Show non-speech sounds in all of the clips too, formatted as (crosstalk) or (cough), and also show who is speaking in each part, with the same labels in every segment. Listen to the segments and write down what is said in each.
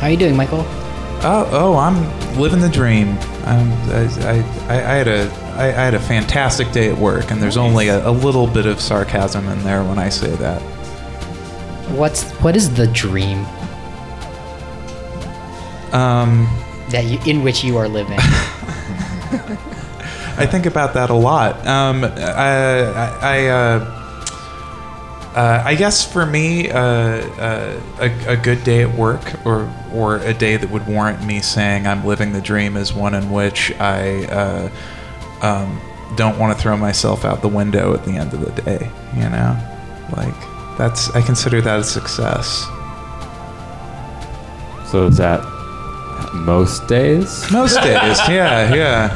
Speaker 1: How you doing, Michael?
Speaker 2: Oh, oh, I'm living the dream. I'm, I, I, I I had a, I, I had a fantastic day at work, and there's only a, a little bit of sarcasm in there when I say that.
Speaker 1: What's what is the dream
Speaker 2: Um,
Speaker 1: that you, in which you are living?
Speaker 2: I think about that a lot. Um, I, I, I, uh, uh, I guess for me, uh, uh, a, a good day at work, or or a day that would warrant me saying I'm living the dream, is one in which I uh, um, don't want to throw myself out the window at the end of the day. You know, like that's I consider that a success.
Speaker 3: So is that most days?
Speaker 2: Most
Speaker 3: (laughs)
Speaker 2: days, yeah, yeah.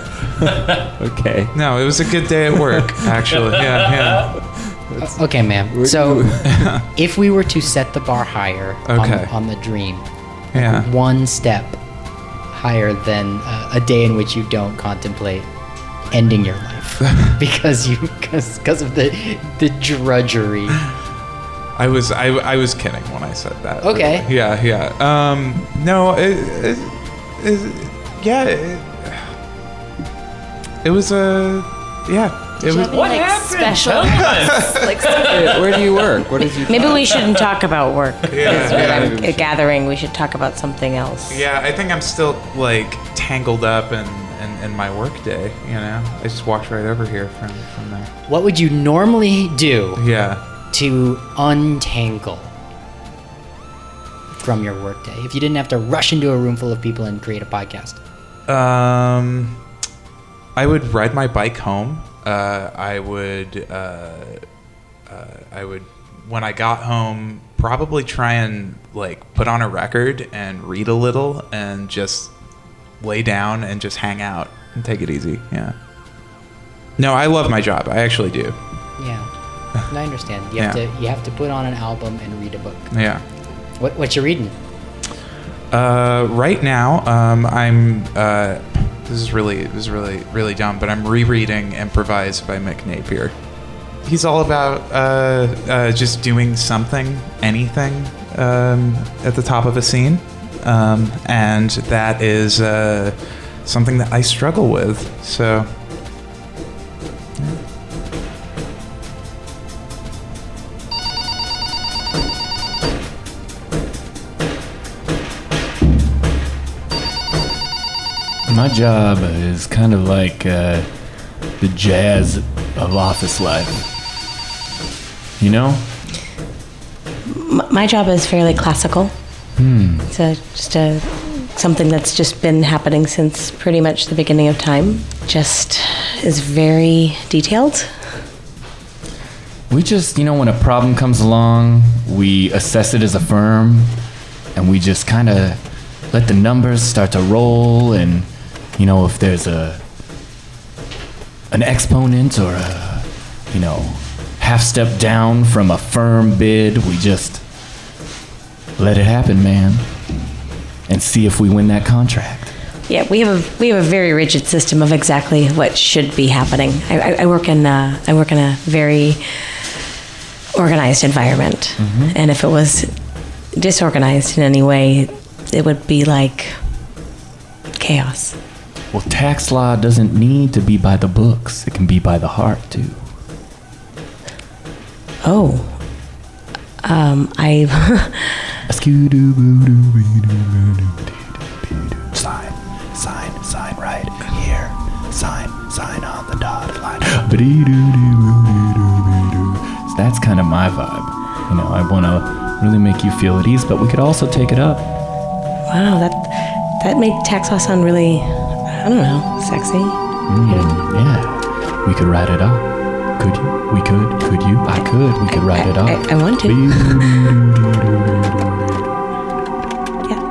Speaker 3: Okay.
Speaker 2: (laughs) No, it was a good day at work, actually. Yeah, yeah.
Speaker 1: okay, ma'am. So,
Speaker 2: (laughs)
Speaker 1: if we were to set the bar higher
Speaker 2: Okay.
Speaker 1: on, on the dream,
Speaker 2: Yeah.
Speaker 1: one step higher than uh, a day in which you don't contemplate ending your life
Speaker 2: (laughs)
Speaker 1: because you because of the the drudgery.
Speaker 2: I was I, I was kidding when I said that.
Speaker 1: Okay.
Speaker 2: really. Yeah, yeah. Um no, it, it, it yeah, it, it was a yeah, it
Speaker 4: Do you
Speaker 2: was
Speaker 4: have any, like, Special. (laughs)
Speaker 2: (laughs)
Speaker 4: like,
Speaker 3: Hey, where do you work? What did you?
Speaker 4: maybe we shouldn't talk about work.
Speaker 2: (laughs) yeah, yeah.
Speaker 4: I'm gathering. We should talk about something else.
Speaker 2: Yeah, I think I'm still like tangled up in, in, in my work day, you know. I just walked right over here from from there.
Speaker 1: What would you normally do
Speaker 2: Yeah.
Speaker 1: to untangle from your workday if you didn't have to rush into a room full of people and create a podcast?
Speaker 2: Um I would ride my bike home. Uh, I would uh, I would, when I got home, probably try and like put on a record and read a little and just lay down and just hang out and take it easy. Yeah. No, I love my job. I actually do.
Speaker 1: Yeah, I understand. You have
Speaker 2: Yeah.
Speaker 1: to you have to put on an album and read a book.
Speaker 2: Yeah.
Speaker 1: What what you reading?
Speaker 2: Uh, right now, um, I'm. Uh, this is really, this is really, really dumb, but I'm rereading "Improvised" by Mick Napier. He's all about uh, uh, just doing something, anything, um, at the top of a scene, um, and that is uh, something that I struggle with. So,
Speaker 5: My job is kind of like uh, the jazz of office life. You know?
Speaker 4: M- my job is fairly classical.
Speaker 3: Hmm.
Speaker 4: It's a, just a something that's just been happening since pretty much the beginning of time. Just is very detailed.
Speaker 5: We just, you know, when a problem comes along, we assess it as a firm and we just kind of let the numbers start to roll and you know, if there's a an exponent or a you know, half step down from a firm bid, we just let it happen, man. And see if we win that contract.
Speaker 4: Yeah, we have a we have a very rigid system of exactly what should be happening. I, I, I work in uh, I work in a very organized environment, and if it was disorganized in any way, it would be like chaos.
Speaker 5: Well, tax law doesn't need to be by the books. It can be by the heart, too.
Speaker 4: Oh, um, I. (laughs)
Speaker 5: Sign, sign, sign right here. Sign, sign on the dotted line. So that's kind of my vibe. You know, I want to really make you feel at ease, but we could also take it up.
Speaker 4: Wow, that that made tax law sound really, I don't know, sexy.
Speaker 5: Yeah, we could write it up. Could you? We could. Could you? I could. We could write it
Speaker 4: I,
Speaker 5: up.
Speaker 4: I want to. Yeah.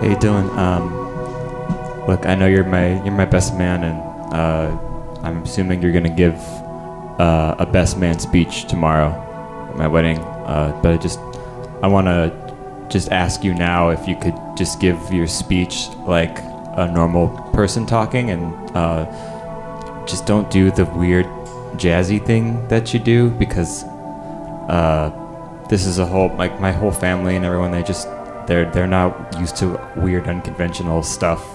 Speaker 3: Hey Dylan, um, look, I know you're my you're my best man, and uh, I'm assuming you're gonna give uh, a best man speech tomorrow at my wedding. Uh, but I just I want to just ask you now if you could just give your speech like a normal person talking, and uh, just don't do the weird jazzy thing that you do because uh, this is a whole like my whole family and everyone they just they're they're not used to weird unconventional stuff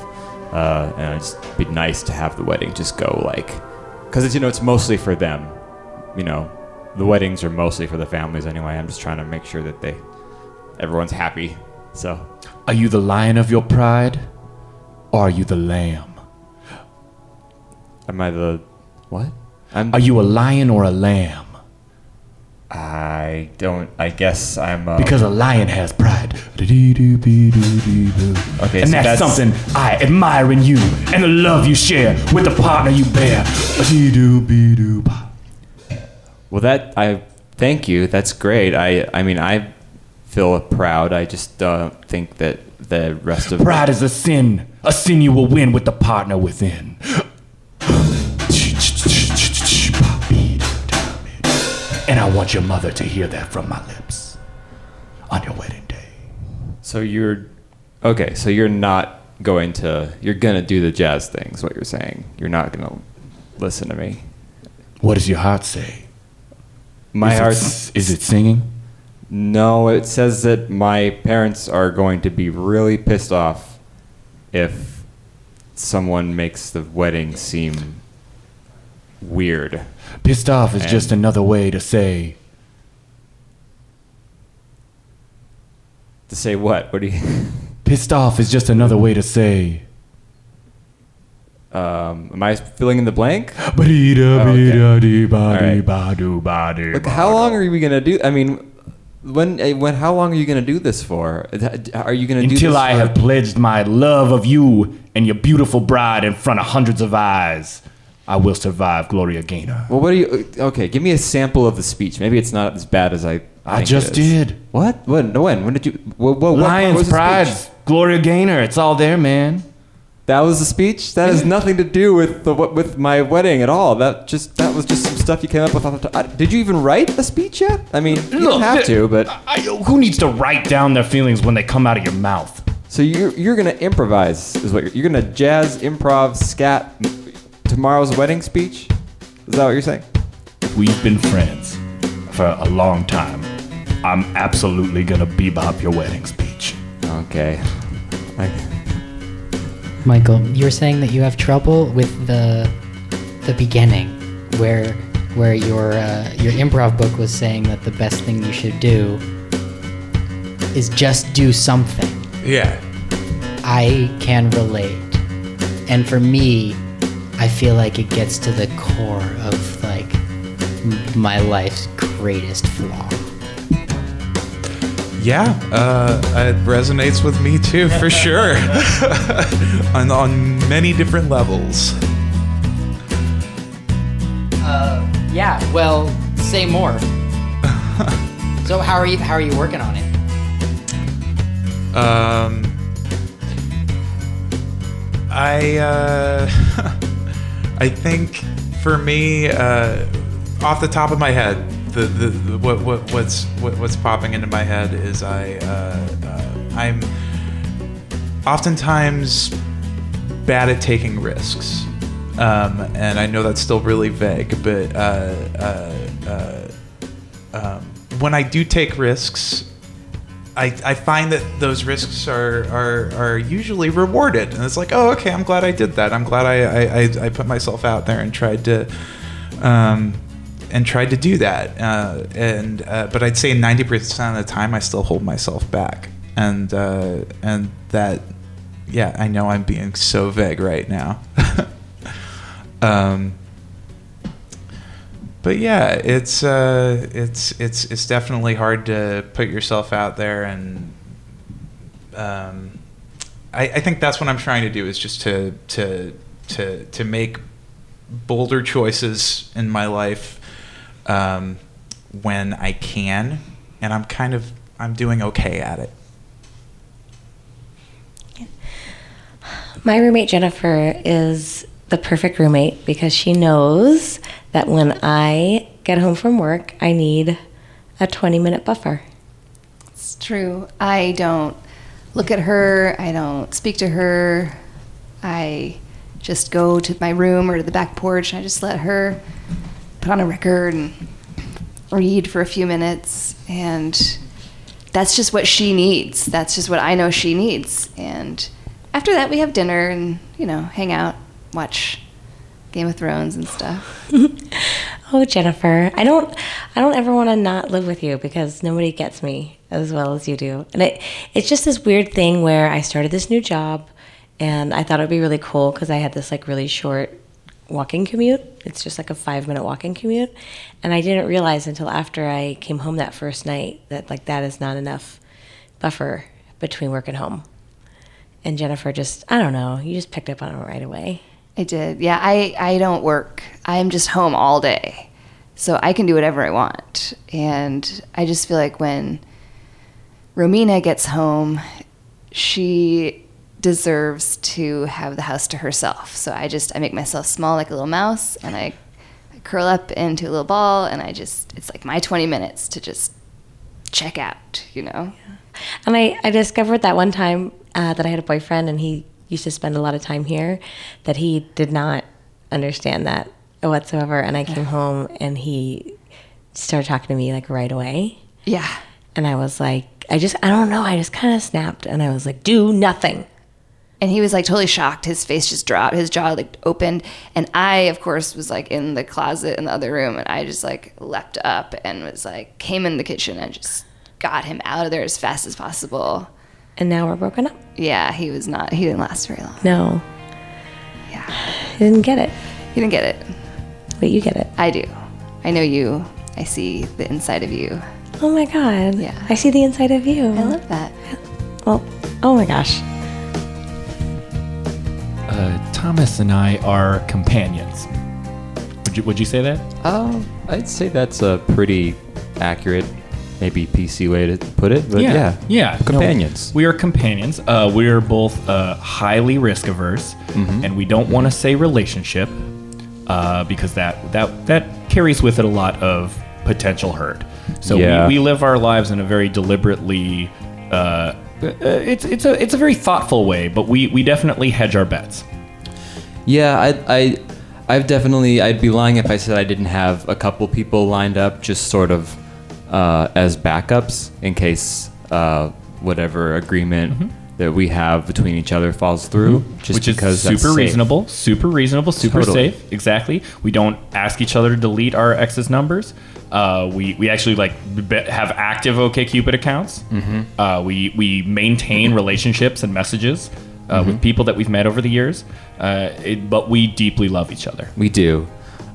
Speaker 3: uh, and it'd just be nice to have the wedding just go like because it's you know it's mostly for them you know the weddings are mostly for the families anyway i'm just trying to make sure that they everyone's happy so
Speaker 5: Are you the lion of your pride? Or are you the lamb?
Speaker 3: am i the what i'm
Speaker 5: Are you a lion or a lamb?
Speaker 3: i don't i guess i'm uh,
Speaker 5: Because a lion has pride. Okay, and
Speaker 3: so
Speaker 5: that's,
Speaker 3: that's-
Speaker 5: something I admire in you and the love you share with the partner you bear.
Speaker 3: Well, that I thank you. That's great. I I mean I feel proud. I just uh, think that the rest of
Speaker 5: Pride is a sin, a sin you will win with the partner within. And I want your mother to hear that from my lips on your wedding day.
Speaker 3: So you're okay. So you're not going to. You're gonna do the jazz thing. Is what you're saying. You're not gonna listen to me.
Speaker 5: What does your heart say?
Speaker 3: My
Speaker 5: is
Speaker 3: heart.
Speaker 5: It, is it singing?
Speaker 3: No, it says that my parents are going to be really pissed off if someone makes the wedding seem weird.
Speaker 5: Pissed off is
Speaker 3: And-
Speaker 5: just another way to say
Speaker 3: To say what? What do you? (laughs)
Speaker 5: Pissed off is just another way to say.
Speaker 3: Um, am I filling in the blank? Look, how
Speaker 5: How
Speaker 3: long are we gonna do? I mean, when eh, when how long are you gonna do this for? Are you gonna do this
Speaker 5: Until I
Speaker 3: for-
Speaker 5: have pledged my love of you and your beautiful bride in front of hundreds of eyes, I will survive Gloria Gaynor.
Speaker 3: Well, what are you? Okay, give me a sample of the speech. Maybe it's not as bad as I.
Speaker 5: I
Speaker 3: think it
Speaker 5: just
Speaker 3: is.
Speaker 5: did.
Speaker 3: What? When? No, When? When did you? What? what, what what was
Speaker 5: Lion's
Speaker 3: the speech?
Speaker 5: Pride's Gloria Gaynor. It's all there, man.
Speaker 3: That was the speech. That has nothing to do with the what- with my wedding at all. That just that was just some stuff you came up with. off the top. I- Did you even write a speech yet? I mean, you don't
Speaker 5: Look,
Speaker 3: have
Speaker 5: the-
Speaker 3: to, but
Speaker 5: I, who needs to write down their feelings when they come out of your mouth?
Speaker 3: So you're you're gonna improvise is what you're, you're gonna jazz improv scat m- tomorrow's wedding speech. Is that what you're saying?
Speaker 5: We've been friends for a long time. I'm absolutely gonna bebop your wedding speech.
Speaker 3: Okay.
Speaker 1: Michael, you were saying that you have trouble with the the beginning, where where your uh, your improv book was saying that the best thing you should do is just do something.
Speaker 2: Yeah.
Speaker 1: I can relate, and for me, I feel like it gets to the core of like m- my life's greatest flaw.
Speaker 2: Yeah, uh, it resonates with me too, for sure. (laughs) on, on many different levels.
Speaker 1: Yeah. Uh, Well, say (laughs) more. so how are you? How are you working on it?
Speaker 2: Um, I uh, (laughs) I think for me, uh, off the top of my head, the, the, the what, what what's what, what's popping into my head is I uh, uh, I'm oftentimes bad at taking risks, um, and I know that's still really vague, but. Uh, uh, uh, um, when I do take risks, I, I find that those risks are, are are usually rewarded, and it's like, oh, okay, I'm glad I did that. I'm glad I I, I, I put myself out there and tried to, um, and tried to do that. Uh, and uh, but I'd say 90% of the time, I still hold myself back, and uh, and that, yeah, I know I'm being so vague right now. (laughs) um, but yeah, it's uh, it's it's it's definitely hard to put yourself out there, and um, I, I think that's what I'm trying to do is just to to to to make bolder choices in my life um, when I can, and I'm kind of I'm doing okay at it.
Speaker 4: My roommate Jennifer is the perfect roommate because she knows that when I get home from work, I need a 20 minute buffer.
Speaker 6: It's true. I don't look at her. I don't speak to her. I just go to my room or to the back porch and I just let her put on a record and read for a few minutes and that's just what she needs. That's just what I know she needs. And after that we have dinner and, you know, hang out, watch Game of Thrones and stuff.
Speaker 4: Oh, Jennifer, I don't, I don't ever want to not live with you because nobody gets me as well as you do. And it, it's just this weird thing where I started this new job, and I thought it would be really cool because I had this like really short walking commute. It's just like a five minute walking commute, and I didn't realize until after I came home that first night that like that is not enough buffer between work and home. And Jennifer just, I don't know, you just picked up on it right away.
Speaker 6: I did. Yeah, I, I don't work. I'm just home all day. So I can do whatever I want. And I just feel like when Romina gets home, she deserves to have the house to herself. So I just I make myself small like a little mouse and I, I curl up into a little ball and I just it's like my 20 minutes to just check out, you know.
Speaker 4: And I, I discovered that one time uh, that I had a boyfriend and he used to spend a lot of time here, that he did not understand that whatsoever. And I came home and he started talking to me like right away.
Speaker 6: Yeah.
Speaker 4: And I was like, I just, I don't know. I just kind of snapped and I was like, do nothing.
Speaker 6: and he was like totally shocked his face just dropped his jaw like opened and i of course was like in the closet in the other room and i just like leapt up and was like came in the kitchen and just got him out of there as fast as possible
Speaker 4: And now we're broken up.
Speaker 6: yeah he was not he didn't last very long
Speaker 4: No.
Speaker 6: yeah
Speaker 4: He didn't get it.
Speaker 6: he didn't get it
Speaker 4: But you get it.
Speaker 6: i do i know you i see the inside of you
Speaker 4: Oh my God.
Speaker 6: Yeah.
Speaker 4: I see the inside of you.
Speaker 6: i love that
Speaker 4: Well, oh my gosh.
Speaker 7: Uh, Thomas and I are companions. Would you, would you say that?
Speaker 3: Um, I'd say that's a pretty accurate, maybe PC way to put it. But yeah,
Speaker 7: yeah, no,
Speaker 3: companions.
Speaker 7: we are companions. Uh, we are both uh, highly risk averse,
Speaker 3: Mm-hmm.
Speaker 7: and we don't want to say relationship uh, because that that that carries with it a lot of potential hurt. So
Speaker 3: Yeah.
Speaker 7: we, we live our lives in a very deliberately. Uh, uh, it's it's a it's a very thoughtful way, but we we definitely hedge our bets.
Speaker 3: Yeah, I, I, I've definitely. I'd be lying if I said I didn't have a couple people lined up, just sort of uh, as backups in case uh, whatever agreement that we have between each other falls through.
Speaker 7: Mm-hmm.
Speaker 3: Just
Speaker 7: which is
Speaker 3: because that's
Speaker 7: super
Speaker 3: safe.
Speaker 7: reasonable, super reasonable, super
Speaker 3: Totally.
Speaker 7: safe. Exactly. We don't ask each other to delete our ex's numbers. Uh, we we actually like be- have active OKCupid accounts.
Speaker 3: Mm-hmm.
Speaker 7: Uh, we we maintain relationships and messages uh,
Speaker 3: Mm-hmm.
Speaker 7: with people that we've met over the years. Uh, it, but we deeply love each other.
Speaker 3: We do,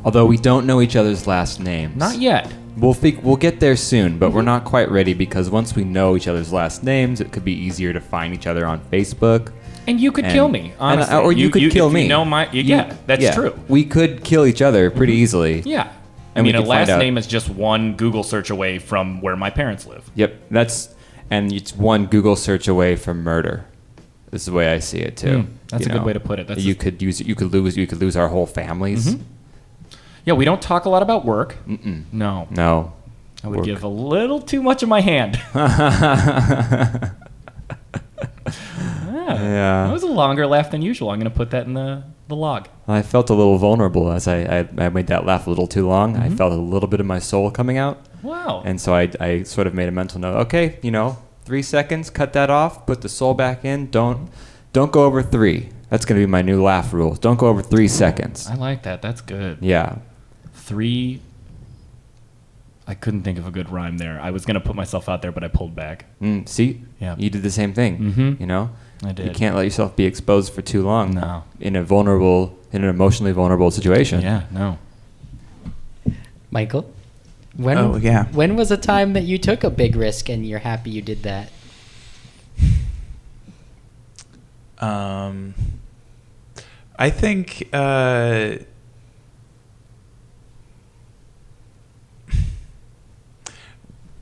Speaker 3: although we don't know each other's last names.
Speaker 7: Not yet.
Speaker 3: We'll think we'll get there soon, but we're not quite ready because once we know each other's last names, it could be easier to find each other on Facebook.
Speaker 7: And you could
Speaker 3: And-
Speaker 7: kill me,
Speaker 3: and-
Speaker 7: honestly.
Speaker 3: or you could kill
Speaker 7: if
Speaker 3: me.
Speaker 7: You know my yeah, that's
Speaker 3: Yeah,
Speaker 7: true.
Speaker 3: We could kill each other pretty easily.
Speaker 7: Yeah. I
Speaker 3: And we
Speaker 7: mean, a
Speaker 3: could find
Speaker 7: last
Speaker 3: out.
Speaker 7: name is just one Google search away from where my parents live.
Speaker 3: Yep, that's and it's one Google search away from murder. This is the way I see it too.
Speaker 7: Hmm, that's a good way to put it. That's
Speaker 3: you
Speaker 7: a- Mm-hmm.
Speaker 3: could use you could lose you could lose our whole families.
Speaker 7: Yeah, we don't talk a lot about work. Mm-mm. No,
Speaker 3: No.
Speaker 7: I would
Speaker 3: Work.
Speaker 7: give a little too much of my
Speaker 3: (laughs)
Speaker 7: hand. (laughs) yeah. That
Speaker 3: Yeah.
Speaker 7: was a longer laugh than usual. I'm going to put that in the, the log.
Speaker 3: I felt a little vulnerable as I, I, I made that laugh a little too long.
Speaker 7: Mm-hmm.
Speaker 3: I felt a little bit of my soul coming out.
Speaker 7: Wow.
Speaker 3: And so I, I sort of made a mental note. Okay, you know, three seconds, cut that off, put the soul back in. Don't don't go over three. That's gonna be my new laugh rule. Don't go over three seconds.
Speaker 7: I like that. That's good.
Speaker 3: Yeah.
Speaker 7: Three. I couldn't think of a good rhyme there. I was going to put myself out there, but I pulled back.
Speaker 3: Mm, see,
Speaker 7: Yeah.
Speaker 3: you did the same thing.
Speaker 7: Mhm.
Speaker 3: You know,
Speaker 7: I
Speaker 3: You
Speaker 7: did.
Speaker 3: can't let yourself be exposed for too long.
Speaker 7: No.
Speaker 3: In a vulnerable, in an emotionally vulnerable situation.
Speaker 7: Yeah, no.
Speaker 1: Michael? When,
Speaker 2: Oh, yeah.
Speaker 1: When was a time that you took a big risk and you're happy you did that?
Speaker 2: Um, I think uh,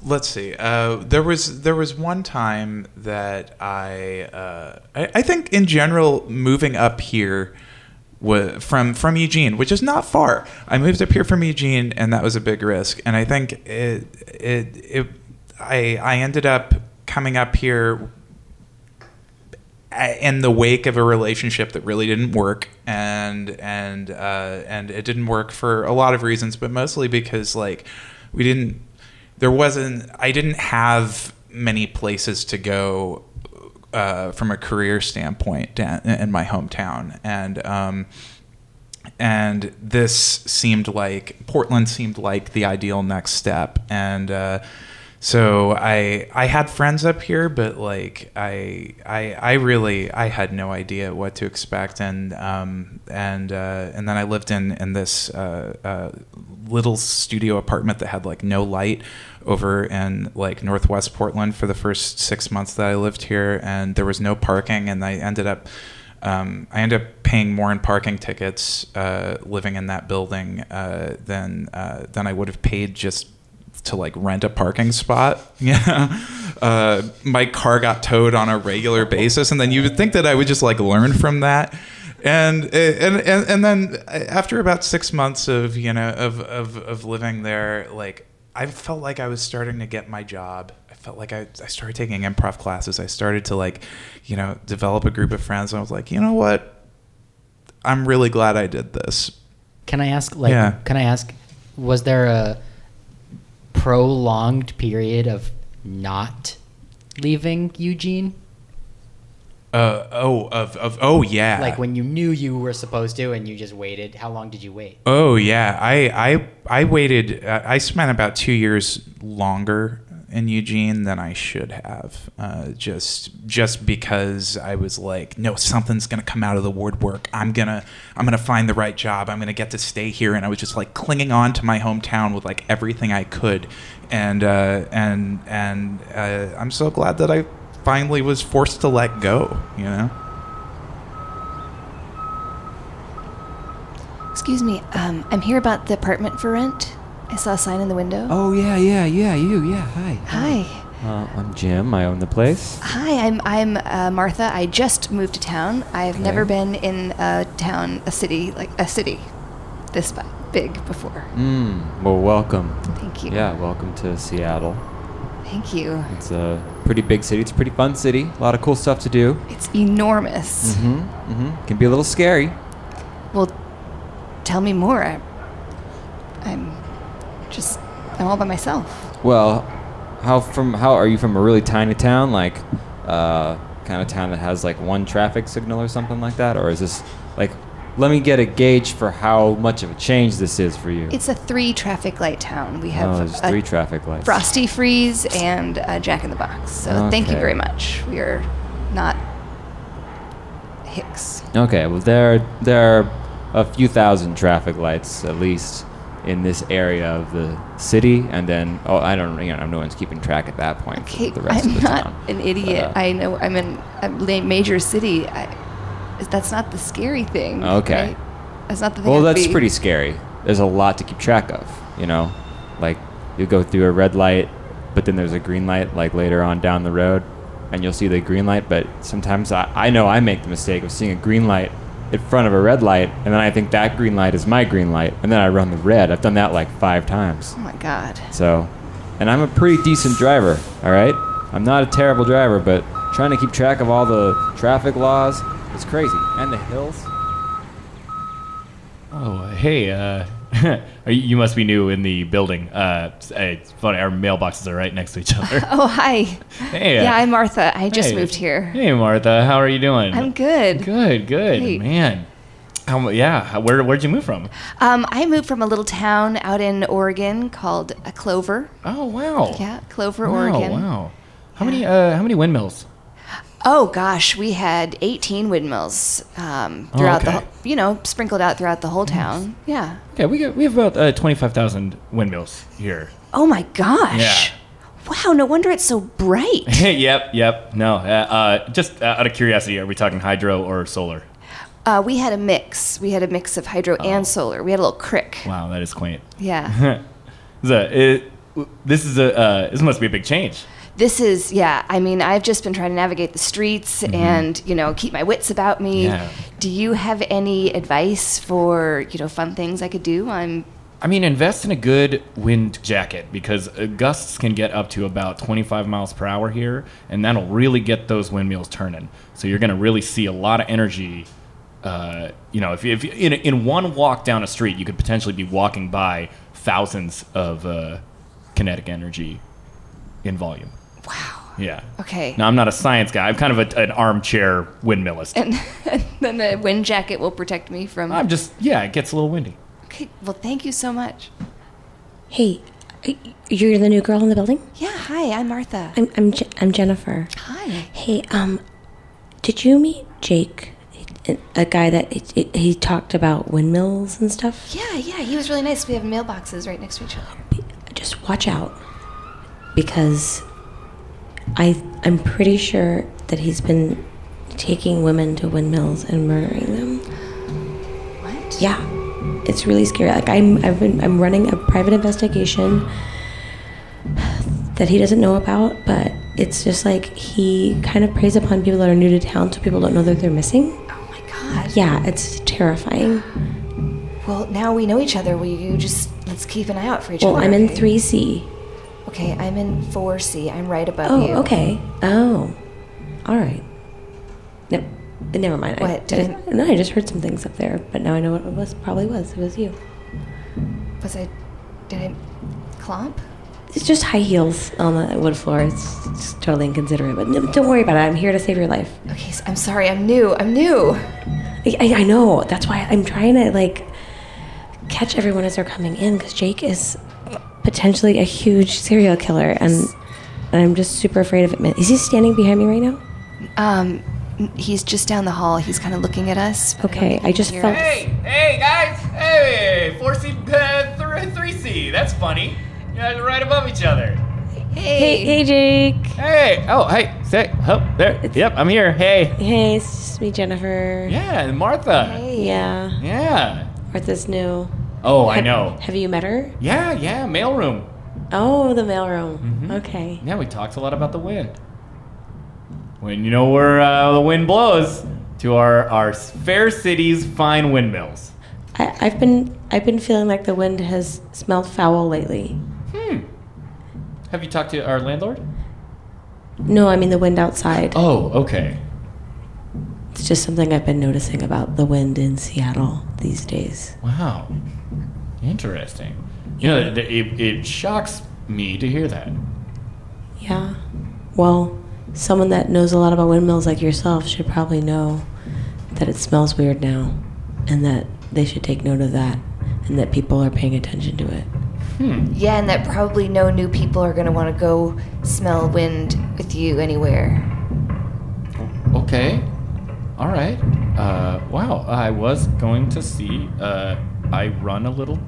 Speaker 2: let's see. Uh, there was there was one time that I, uh, I I think in general moving up here wa from from Eugene, which is not far. I moved up here from Eugene, and that was a big risk. And I think it it it I I ended up coming up here a- in the wake of a relationship that really didn't work and and uh, and it didn't work for a lot of reasons but mostly because like we didn't there wasn't I didn't have many places to go uh, from a career standpoint down in my hometown and um, and this seemed like Portland seemed like the ideal next step and uh, so I I had friends up here but like I I I really I had no idea what to expect and um, and uh, and then I lived in in this uh, uh, little studio apartment that had like no light over in like northwest Portland for the first six months that I lived here and there was no parking and I ended up um, I ended up paying more in parking tickets uh, living in that building uh, than uh, than I would have paid just to like rent a parking spot. (laughs) Yeah, uh, my car got towed on a regular basis, and then you would think that I would just like learn from that. And and and, and then uh, after about six months of you know of, of of living there, like I felt like I was starting to get my job felt like I, I started taking improv classes. I started to like, you know, develop a group of friends. And I was like, you know what? I'm really glad I did this.
Speaker 1: Can I ask, like,
Speaker 2: Yeah.
Speaker 1: can I ask, was there a prolonged period of not leaving Eugene?
Speaker 2: Uh, oh, of, of, oh yeah.
Speaker 1: Like when you knew you were supposed to and you just waited? How long did you wait?
Speaker 2: Oh yeah, I I I waited. uh, I spent about two years longer in Eugene than I should have, uh, just just because I was like, no, something's gonna come out of the woodwork. I'm gonna I'm gonna find the right job. I'm gonna get to stay here, and I was just like clinging on to my hometown with like everything I could, and uh, and and uh, I'm so glad that I finally was forced to let go. You know.
Speaker 6: Excuse me, um, I'm here about the apartment for rent. I saw a sign in the window.
Speaker 3: Oh yeah, yeah, yeah. You, yeah. Hi.
Speaker 6: Hi.
Speaker 3: Uh, I'm Jim. I own the place.
Speaker 6: Hi, I'm I'm uh, Martha. I just moved to town. I've never
Speaker 3: Okay.
Speaker 6: been in a town, a city like a city, this bi- big before.
Speaker 3: Mm, well, welcome.
Speaker 6: Thank you.
Speaker 3: Yeah, welcome to Seattle.
Speaker 6: Thank you.
Speaker 3: It's a pretty big city. It's a pretty fun city. A lot of cool stuff to do.
Speaker 6: It's enormous.
Speaker 3: Mm-hmm. Mm-hmm. Can be a little scary.
Speaker 6: Well, tell me more. I, I'm just I'm all by myself.
Speaker 3: Well, how from how are you from a really tiny town like uh, kind of town that has like one traffic signal or something like that, or is this like? Let me get a gauge for how much of a change this is for you.
Speaker 6: It's a three traffic light town. We
Speaker 3: oh,
Speaker 6: have
Speaker 3: there's
Speaker 6: a
Speaker 3: three traffic lights.
Speaker 6: Frosty Freeze and uh, Jack in the Box. So thank you
Speaker 3: Okay.
Speaker 6: very much. We are not Hicks.
Speaker 3: Okay, well there there are a few thousand traffic lights at least in this area of the city, and then oh I don't you know no one's keeping track at that point. for
Speaker 6: Okay,
Speaker 3: the rest
Speaker 6: I'm
Speaker 3: of the
Speaker 6: not
Speaker 3: town.
Speaker 6: an idiot.
Speaker 3: uh,
Speaker 6: I know I'm in a la- major city. I, that's not the scary thing.
Speaker 3: Okay.
Speaker 6: right? That's not the thing.
Speaker 3: Well,
Speaker 6: I'd
Speaker 3: that's
Speaker 6: be-
Speaker 3: pretty scary. There's a lot to keep track of, you know? Like, you go through a red light, but then there's a green light, like later on down the road, and you'll see the green light. But sometimes I, I know I make the mistake of seeing a green light in front of a red light, and then I think that green light is my green light, and then I run the red. I've done that like five times.
Speaker 6: Oh my god. (laughs)
Speaker 3: So, and I'm a pretty decent driver, all right? I'm not a terrible driver, but trying to keep track of all the traffic laws is crazy. And the hills.
Speaker 7: Oh, hey, uh, (laughs) are you you must be new in the building. Uh, it's- hey, it's funny, our mailboxes are right next to each
Speaker 6: (laughs)
Speaker 7: other. (laughs)
Speaker 6: Oh hi.
Speaker 7: hey, uh,
Speaker 6: Yeah, I'm Martha. I just
Speaker 7: hey.
Speaker 6: moved here.
Speaker 7: Hey, Martha, how are you doing?
Speaker 6: I'm good.
Speaker 7: Good, good,
Speaker 6: Great.
Speaker 7: man. How, mu- yeah, how- where where'd you move from?
Speaker 6: Um, I moved from a little town out in Oregon called uh, Clover.
Speaker 7: Oh, wow.
Speaker 6: Yeah, Clover,
Speaker 7: wow,
Speaker 6: Oregon.
Speaker 7: Wow. How many uh, how many windmills?
Speaker 6: Oh gosh, we had 18 windmills um, throughout the
Speaker 7: Oh, okay.
Speaker 6: the you know sprinkled out throughout the whole town. Yeah.
Speaker 7: Okay, we got, we have about uh, twenty five thousand windmills here.
Speaker 6: Oh my gosh. Wow. No wonder it's so bright.
Speaker 7: (laughs) yep, yep. No, uh, uh, just uh, out of curiosity, are we talking hydro or solar?
Speaker 6: uh, we had a mix. We had a mix of hydro
Speaker 7: Oh.
Speaker 6: and solar. We had a little crick.
Speaker 7: Wow, that is quaint.
Speaker 6: Yeah.
Speaker 7: (laughs) This is a- it- w- this is a uh, this must be a big change.
Speaker 6: this is yeah. I mean, I've just been trying to navigate the streets and you know keep my wits about me.
Speaker 7: Mm-hmm. Yeah.
Speaker 6: Do you have any advice for you know fun things I could do? I'm
Speaker 7: I mean, invest in a good wind jacket because uh, gusts can get up to about 25 miles per hour here, and that'll really get those windmills turning. So you're going to really see a lot of energy. Uh, you know, if, if in in one walk down a street, you could potentially be walking by thousands of uh, kinetic energy in volume. Wow. Yeah.
Speaker 6: Okay.
Speaker 7: Now I'm not a science guy. I'm kind of a, an armchair windmillist.
Speaker 6: (laughs) And, and then the wind jacket will protect me from.
Speaker 7: I'm just yeah. It gets a little windy.
Speaker 6: okay, well, thank you so much.
Speaker 4: Hey, you're the new girl in the building.
Speaker 6: Yeah, hi, I'm Martha.
Speaker 4: I'm I'm, Je- I'm Jennifer.
Speaker 6: Hi.
Speaker 4: Hey, um, did you meet Jake, a guy that he, he talked about windmills and stuff?
Speaker 6: Yeah, yeah, he was really nice. We have mailboxes right next to each other.
Speaker 4: Just watch out, because I I'm pretty sure that he's been taking women to windmills and murdering them.
Speaker 6: What?
Speaker 4: Yeah, it's really scary. Like I'm, I've been, I'm running a private investigation that he doesn't know about, but it's just like he kind of preys upon people that are new to town, so people don't know that they're missing.
Speaker 6: Oh my god.
Speaker 4: Yeah, it's terrifying.
Speaker 6: Well, now we know each other. Will you just let's keep an eye out for each
Speaker 4: Well,
Speaker 6: other?
Speaker 4: I'm in
Speaker 6: okay?
Speaker 4: 3C.
Speaker 6: Okay, I'm in 4C. I'm right above you.
Speaker 4: Oh, okay. Oh, all right. No, never mind. I,
Speaker 6: What, didn't-
Speaker 4: I- no, I just heard some things up there, but now I know what it was. Probably was. It was you.
Speaker 6: Was I. Did I. Clomp?
Speaker 4: It's just high heels on the wood floor. It's, it's totally inconsiderate, but no, don't worry about it. I'm here to save your life.
Speaker 6: Okay, so I'm sorry. I'm new. I'm new.
Speaker 4: I, I, I know. That's why I'm trying to like catch everyone as they're coming in because Jake is potentially a huge serial killer, and and I'm just super afraid of it. Is he standing behind me right now?
Speaker 6: Um, n- he's just down the hall. He's kind of looking at us. but don't
Speaker 4: Okay,
Speaker 6: think
Speaker 4: I
Speaker 6: he can
Speaker 4: just
Speaker 6: hear
Speaker 4: felt-
Speaker 6: us.
Speaker 7: Hey, hey guys! Hey, four
Speaker 8: (laughs)
Speaker 7: C, uh, three C. That's funny. You guys are right above each other.
Speaker 4: Hey, hey, Jake.
Speaker 7: Hey! Oh, hey! Say, oh, there. yep, I'm here. Hey.
Speaker 4: Hey, it's just me, Jennifer.
Speaker 7: Yeah, and Martha.
Speaker 6: Hey.
Speaker 4: Yeah.
Speaker 7: Yeah.
Speaker 4: Martha's new.
Speaker 7: Oh, I
Speaker 4: Have-
Speaker 7: know.
Speaker 4: (laughs) Have you met her?
Speaker 7: Yeah, yeah. Mailroom.
Speaker 4: Oh, the mailroom. Okay.
Speaker 7: Mm-hmm. Yeah, we talked a lot about the wind. When you know where uh, the wind blows, to our our fair city's fine windmills.
Speaker 4: I, I've been I've been feeling like the wind has smelled foul lately.
Speaker 7: Have you talked to our landlord?
Speaker 4: No, I mean the wind outside.
Speaker 7: Oh, okay.
Speaker 4: It's just something I've been noticing about the wind in Seattle these days.
Speaker 7: Wow. Interesting. You know, th- it, it shocks me to hear that.
Speaker 4: Yeah. Well, someone that knows a lot about windmills like yourself should probably know that it smells weird now and that they should take note of that and that people are paying attention to it.
Speaker 1: Hmm.
Speaker 6: Yeah, and that probably no new people are going to want to go smell wind with you anywhere.
Speaker 7: Okay. All right. Uh, wow. I was going to see. Uh, I run a little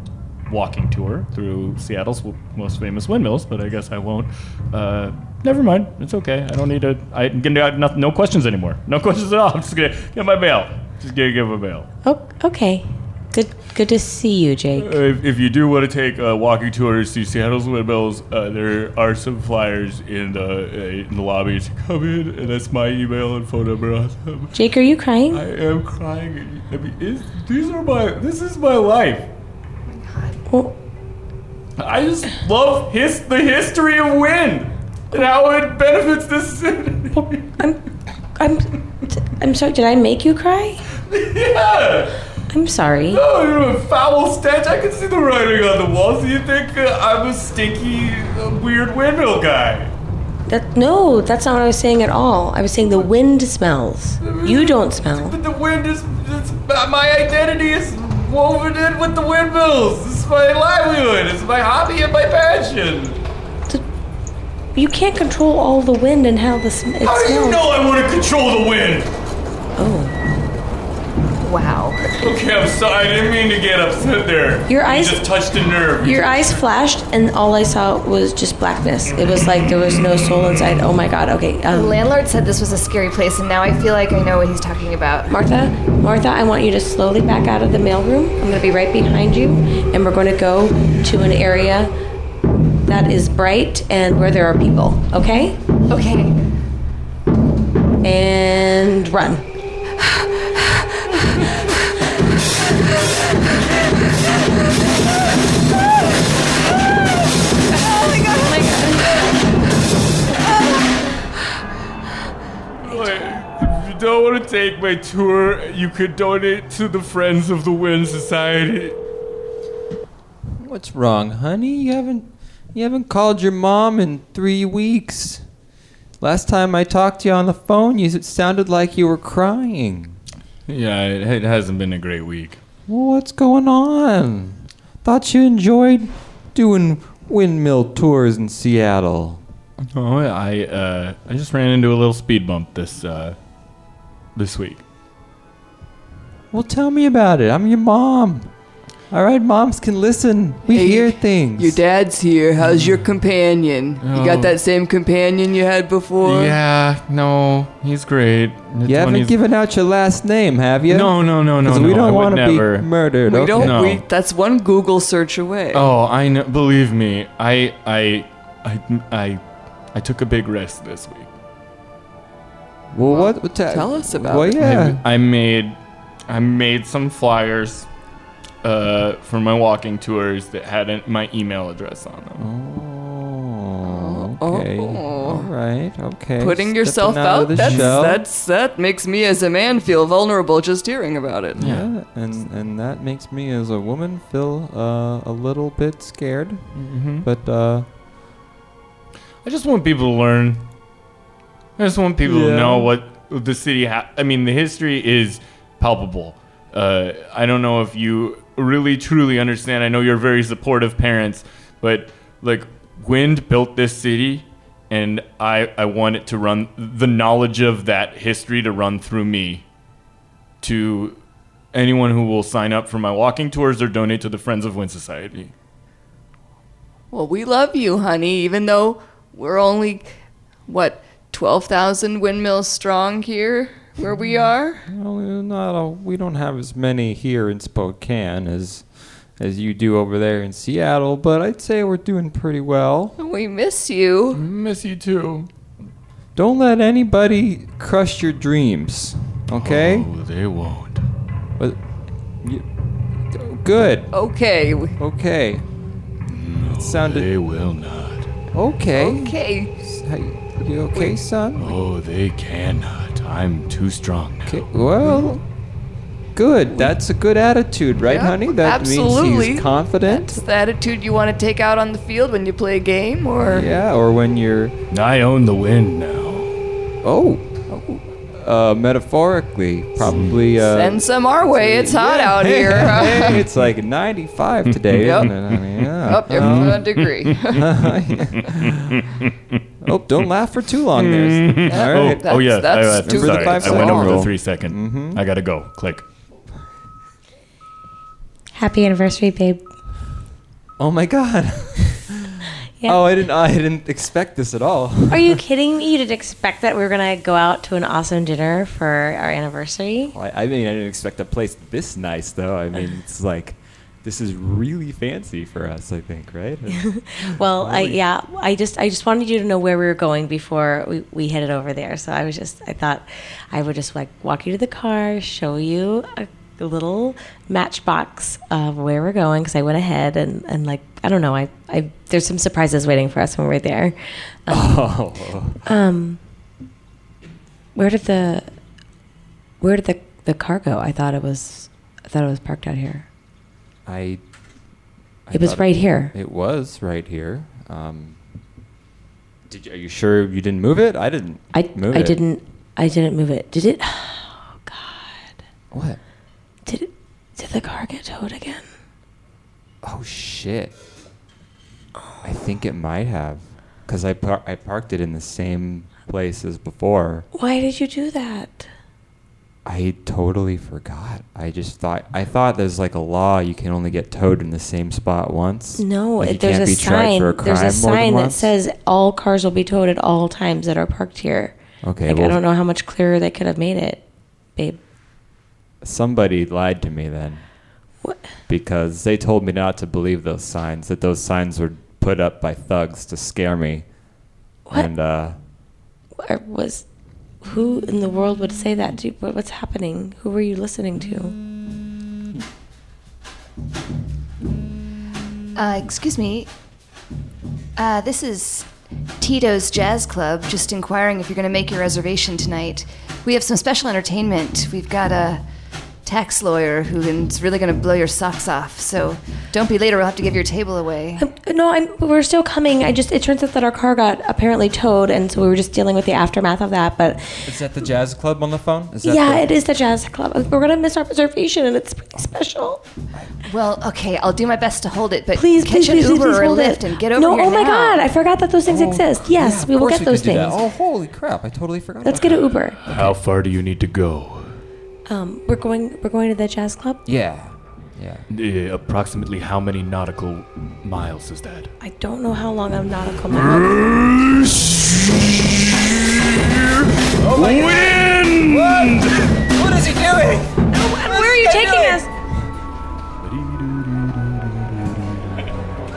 Speaker 7: walking tour through Seattle's w- most famous windmills, but I guess I won't. Uh, never mind. It's okay. I don't need to. I'm gonna have noth- no questions anymore. No (laughs) questions at all. I'm just gonna get my mail. Just gonna get my mail.
Speaker 4: Oh, okay. Good good to see you, Jake.
Speaker 8: If, if you do want to take a walking tour to see Seattle's windmills, uh, there are some flyers in the uh, in the lobby to come in, and that's my email and phone number. on them.
Speaker 4: Jake, are you crying?
Speaker 8: I am crying. I mean, is, these are my this is my life.
Speaker 4: Well,
Speaker 8: I just love his the history of wind and how it benefits this city. (laughs)
Speaker 4: I'm I'm I'm sorry, did I make you cry?
Speaker 8: yeah.
Speaker 4: I'm sorry.
Speaker 8: Oh, you're a foul stench. I can see the writing on the walls. You think uh, I'm a stinky, uh, weird windmill guy?
Speaker 4: That no, that's not what I was saying at all. I was saying the wind smells. You don't smell.
Speaker 8: But the wind is. It's, my identity is woven in with the windmills. This is my livelihood. It's my hobby and my passion.
Speaker 4: You can't control all the wind and how the sm- it
Speaker 8: How do
Speaker 4: smells.
Speaker 8: you know I want to control the wind?
Speaker 4: Oh,
Speaker 6: Wow.
Speaker 8: Okay, I'm sorry. I didn't mean to get upset there.
Speaker 4: Your
Speaker 8: You
Speaker 4: eyes-
Speaker 8: just touched a nerve.
Speaker 4: your eyes flashed, and all I saw was just blackness. It was like there was no soul inside. Oh my God. Okay,
Speaker 6: The
Speaker 4: um,
Speaker 6: landlord said this was a scary place, and now I feel like I know what he's talking about.
Speaker 4: Martha, Martha, I want you to slowly back out of the mailroom. I'm going to be right behind you, and we're going to go to an area that is bright and where there are people. Okay,
Speaker 6: Okay.
Speaker 4: and run.
Speaker 8: If you don't want to take my tour, you could donate to the Friends of the Wind Society.
Speaker 9: What's wrong, honey? You haven't You haven't called your mom in three weeks. Last time I talked to you on the phone, you s- sounded like you were crying.
Speaker 7: Yeah, it, it hasn't been a great week.
Speaker 9: What's going on? Thought you enjoyed doing windmill tours in Seattle.
Speaker 7: Oh, I uh, I just ran into a little speed bump this uh, this week.
Speaker 9: Well, tell me about it. I'm your mom. All right, moms can listen. We
Speaker 10: Hey,
Speaker 9: hear things.
Speaker 10: Your dad's here. How's your companion? You
Speaker 7: Oh.
Speaker 10: got that same companion you had before?
Speaker 7: Yeah, Uh, no, he's great. It's
Speaker 9: you haven't
Speaker 7: when he's-
Speaker 9: given out your last name, have you?
Speaker 7: No, no, no, no,
Speaker 9: Because
Speaker 7: no.
Speaker 9: we
Speaker 7: I
Speaker 9: don't
Speaker 7: would
Speaker 9: want to be
Speaker 7: never.
Speaker 9: murdered.
Speaker 10: We
Speaker 9: okay.
Speaker 10: don't.
Speaker 7: No.
Speaker 10: We, that's one Google search away.
Speaker 7: Oh, I know. Believe me, I, I, I, I, I took a big risk this week.
Speaker 9: Well, what? what ta-
Speaker 10: tell us about
Speaker 9: Well,
Speaker 10: it.
Speaker 9: yeah.
Speaker 7: I, I made, I made some flyers, uh, for my walking tours that had an- my email address on them.
Speaker 9: Oh,
Speaker 10: Oh.
Speaker 9: okay. All right. Okay.
Speaker 10: Putting
Speaker 9: Stepping
Speaker 10: yourself
Speaker 9: out of
Speaker 10: out,
Speaker 9: the
Speaker 10: that's,
Speaker 9: shell.
Speaker 10: that's, that makes me as a man feel vulnerable just hearing about it.
Speaker 9: Yeah, and and that makes me as a woman feel uh, a little bit scared. But uh,
Speaker 7: I just want people to learn. I just want people to
Speaker 9: Yeah.
Speaker 7: know what the city. Ha- I mean, the history is palpable. Uh, I don't know if you really truly understand. I know you're very supportive parents, but like Wind built this city, and I I want it to run the knowledge of that history to run through me to anyone who will sign up for my walking tours or donate to the Friends of Wind Society.
Speaker 10: Well, we love you, honey, even though we're only, what, 12,000 windmills strong here where we are?
Speaker 9: well, we're not a, we don't have as many here in Spokane as as you do over there in Seattle. But I'd say we're doing pretty well.
Speaker 10: We miss you.
Speaker 7: Miss you too.
Speaker 9: Don't let anybody crush your dreams. Okay.
Speaker 7: Oh, they won't.
Speaker 9: But you, good.
Speaker 10: Okay. we-
Speaker 9: Okay. it sounded
Speaker 7: They will not.
Speaker 9: okay.
Speaker 10: Okay.
Speaker 9: S- how you- you okay, son?
Speaker 7: Oh, they cannot. I'm too strong now.
Speaker 9: Okay. Well, good. That's a good attitude, right,
Speaker 10: Yeah,
Speaker 9: honey? That means
Speaker 10: absolutely.
Speaker 9: he's confident.
Speaker 10: It's the attitude you want to take out on the field when you play a game, or
Speaker 9: yeah. Or when you're
Speaker 7: I own the wind now.
Speaker 9: oh, uh, metaphorically, probably. Uh,
Speaker 10: send some our way. It's hot
Speaker 9: yeah.
Speaker 10: out here. (laughs)
Speaker 9: Hey, it's like 95 today,
Speaker 10: Yep.
Speaker 9: isn't it? I mean, yeah.
Speaker 10: Up your
Speaker 9: Um,
Speaker 10: front degree.
Speaker 9: (laughs)
Speaker 10: (laughs)
Speaker 9: oh, don't laugh for too long
Speaker 10: (laughs)
Speaker 9: there. All right.
Speaker 10: That's-
Speaker 7: oh yeah,
Speaker 10: that's
Speaker 7: I, I'm
Speaker 10: stupid.
Speaker 7: sorry.
Speaker 9: Five
Speaker 7: I went
Speaker 9: second
Speaker 7: over the
Speaker 9: rule.
Speaker 7: three second. I gotta go. Click.
Speaker 4: Happy anniversary, babe.
Speaker 9: Oh my God.
Speaker 4: (laughs) Yeah.
Speaker 9: Oh, I didn't. I didn't expect this at all.
Speaker 4: Are you kidding me? You didn't expect that we were gonna go out to an awesome dinner for our anniversary?
Speaker 3: I, I mean, I didn't expect a place this nice, though. I mean,
Speaker 4: (laughs)
Speaker 3: it's like, this is really fancy for us, I think, right?
Speaker 4: (laughs) Well, I,
Speaker 3: Really?
Speaker 4: yeah, I just I just wanted you to know where we were going before we, we headed over there. So I was just I thought I would just like walk you to the car, show you a little matchbox of where we're going because I went ahead and and like I don't know I I there's some surprises waiting for us when we're there. Um,
Speaker 3: oh.
Speaker 4: Where did the where did the the car go? I thought it was I thought it was parked out here.
Speaker 9: I. I
Speaker 4: It was
Speaker 9: thought
Speaker 4: right here.
Speaker 9: It was right here. Um, did you, are you sure you didn't move it? I didn't.
Speaker 4: I
Speaker 9: move
Speaker 4: I
Speaker 9: it.
Speaker 4: didn't I didn't move it. Did it? (sighs) oh,
Speaker 9: What?
Speaker 4: Did it? Did the car get towed again?
Speaker 9: Oh shit! I think it might have, cause I par- I parked it in the same place as before.
Speaker 4: Why did you do that?
Speaker 9: I totally forgot. I just thought I thought there's like a law you can only get towed in the same spot once.
Speaker 4: No,
Speaker 9: Like,
Speaker 4: it-
Speaker 9: you
Speaker 4: there's
Speaker 9: can't
Speaker 4: a
Speaker 9: be tried
Speaker 4: sign.
Speaker 9: for a crime
Speaker 4: there's
Speaker 9: more
Speaker 4: a
Speaker 9: than
Speaker 4: sign that
Speaker 9: once.
Speaker 4: says all cars will be towed at all times that are parked here.
Speaker 9: Okay,
Speaker 4: like I
Speaker 9: well-
Speaker 4: don't know how much clearer they could have made it, babe.
Speaker 9: Somebody lied to me then.
Speaker 4: What?
Speaker 9: Because they told me not to believe those signs, that those signs were put up by thugs to scare me.
Speaker 4: What?
Speaker 9: And uh
Speaker 4: Or was who in the world would say that? Do, what, what's happening? Who were you listening to?
Speaker 6: Uh, excuse me. Uh, this is Tito's Jazz Club. Just inquiring if you're going to make your reservation tonight. We have some special entertainment. We've got a tax lawyer who is really going to blow your socks off. So don't be late or we'll have to give your table away.
Speaker 4: No, I'm, but we're still coming. I just it turns out that our car got apparently towed, and so we were just dealing with the aftermath of that. But
Speaker 9: Is that the jazz club on the phone? Is that
Speaker 4: yeah,
Speaker 9: the-
Speaker 4: it is the jazz club. We're gonna miss our reservation, and it's pretty special.
Speaker 6: Well, okay, I'll do my best to hold it, but
Speaker 4: Please,
Speaker 6: catch
Speaker 4: please,
Speaker 6: an
Speaker 4: please,
Speaker 6: Uber
Speaker 4: please,
Speaker 6: or
Speaker 4: hold
Speaker 6: Lyft
Speaker 4: it.
Speaker 6: and get over
Speaker 4: no,
Speaker 6: here
Speaker 4: oh my
Speaker 6: now.
Speaker 4: god, I forgot that those things exist.
Speaker 9: Yeah,
Speaker 4: Yes,
Speaker 9: of
Speaker 4: we will
Speaker 9: course
Speaker 4: get
Speaker 9: could
Speaker 4: those
Speaker 9: do that.
Speaker 4: things.
Speaker 9: Oh, holy crap! I totally forgot.
Speaker 4: Let's
Speaker 9: about
Speaker 4: get an Uber.
Speaker 7: How far do you need to go?
Speaker 4: Um, we're going. We're going to the jazz club.
Speaker 9: that. Yeah, yeah.
Speaker 7: Uh, approximately how many nautical miles is that?
Speaker 4: I don't know how long I'm not a commander.
Speaker 9: What is he doing?
Speaker 4: Where are you taking us?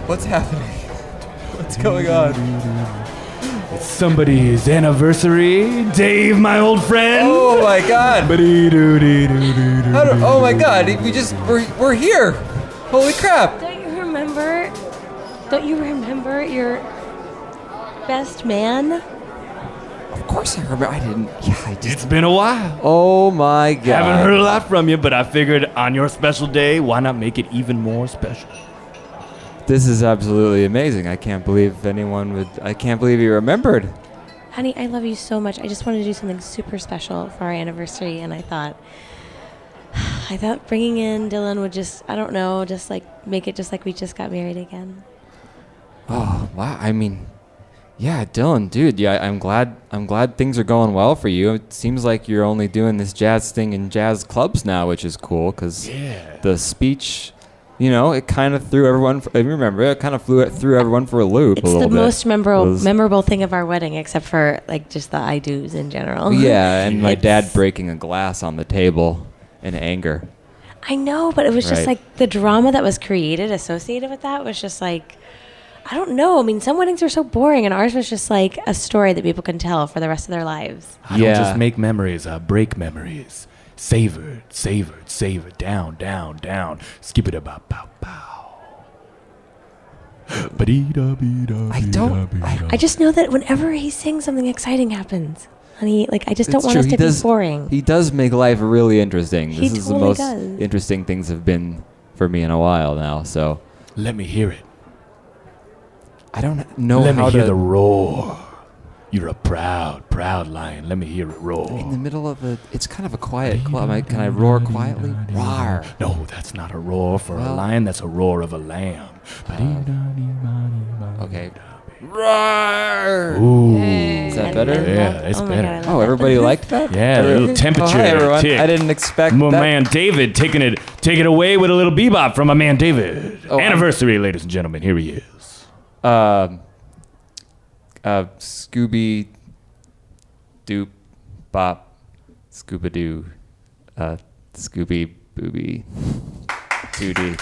Speaker 9: What's happening? What's going on?
Speaker 7: Somebody's anniversary, Dave, my old friend.
Speaker 9: Oh my god!
Speaker 7: Ba-dee-doo-dee-doo-doo-doo.
Speaker 9: How do- oh my god! We just we're, we're here. Holy crap!
Speaker 4: Don't you remember? Don't you remember your best man?
Speaker 9: Of course I remember. I didn't. Yeah, I just.
Speaker 7: It's been a while.
Speaker 9: Oh my god!
Speaker 7: Haven't heard a lot from you, but I figured on your special day, why not make it even more special?
Speaker 9: This is absolutely amazing. I can't believe anyone would. I can't believe you remembered.
Speaker 4: Honey, I love you so much. I just wanted to do something super special for our anniversary, and I thought, (sighs) I thought bringing in Dylan would just, I don't know, just like make it just like we just got married again.
Speaker 9: Oh wow! I mean, yeah, Dylan, dude. Yeah, I'm glad. I'm glad things are going well for you. It seems like you're only doing this jazz thing in jazz clubs now, which is cool because the speech, you know, it kind of threw everyone. For, if you remember, it kind of flew it through everyone for a loop. a
Speaker 4: It's the
Speaker 9: little bit.
Speaker 4: most memorable
Speaker 9: Was-
Speaker 4: memorable thing of our wedding, except for like just the I do's in general. (laughs)
Speaker 9: (laughs) Yeah, and my dad
Speaker 4: It's-
Speaker 9: breaking a glass on the table in anger.
Speaker 4: I know, but it was just
Speaker 9: Right.
Speaker 4: like the drama that was created associated with that was just like. I don't know. I mean, some weddings are so boring, and ours was just like a story that people can tell for the rest of their lives.
Speaker 7: I
Speaker 9: Yeah.
Speaker 7: don't just make memories, I break memories. Savor, it, savor, it, savor, it. down, down, down. Skip it about pow pow.
Speaker 9: I don't. I,
Speaker 4: I just know that whenever he sings, something exciting happens. Honey, like, I just don't
Speaker 9: It's
Speaker 4: want
Speaker 9: true.
Speaker 4: us
Speaker 9: He
Speaker 4: to
Speaker 9: does-
Speaker 4: be boring.
Speaker 9: He does make life really interesting.
Speaker 4: He
Speaker 9: This is the
Speaker 4: totally
Speaker 9: most
Speaker 4: does.
Speaker 9: interesting things have been for me in a while now. So
Speaker 7: Let me hear it.
Speaker 9: I don't know
Speaker 7: Let
Speaker 9: how
Speaker 7: me hear
Speaker 9: to.
Speaker 7: the roar. You're a proud, proud lion. Let me hear it
Speaker 9: in the
Speaker 7: roar.
Speaker 9: middle of a, it's kind of a quiet club. I, can I roar quietly? Roar.
Speaker 7: No, that's not a roar for a
Speaker 9: Well-
Speaker 7: lion. That's a roar of a lamb.
Speaker 9: Okay. Roar.
Speaker 7: Ooh.
Speaker 9: Is that
Speaker 4: And
Speaker 9: better?
Speaker 4: I
Speaker 7: Yeah,
Speaker 4: love-
Speaker 7: it's
Speaker 4: oh my
Speaker 7: better.
Speaker 4: God, I love
Speaker 9: Oh,
Speaker 4: that.
Speaker 9: everybody liked that.
Speaker 7: Yeah, a
Speaker 9: (laughs)
Speaker 7: little
Speaker 9: Oh,
Speaker 7: temperature
Speaker 9: hi everyone.
Speaker 7: tick.
Speaker 9: I didn't expect
Speaker 7: My
Speaker 9: that.
Speaker 7: man David taking it taking it away with a little bebop from my man David.
Speaker 9: Oh, I'm-
Speaker 7: Anniversary, ladies and gentlemen. Here he is.
Speaker 9: Um. Uh, Scooby. Doop. Bop. Scuba Doo. Uh, Scooby Booby. Doody.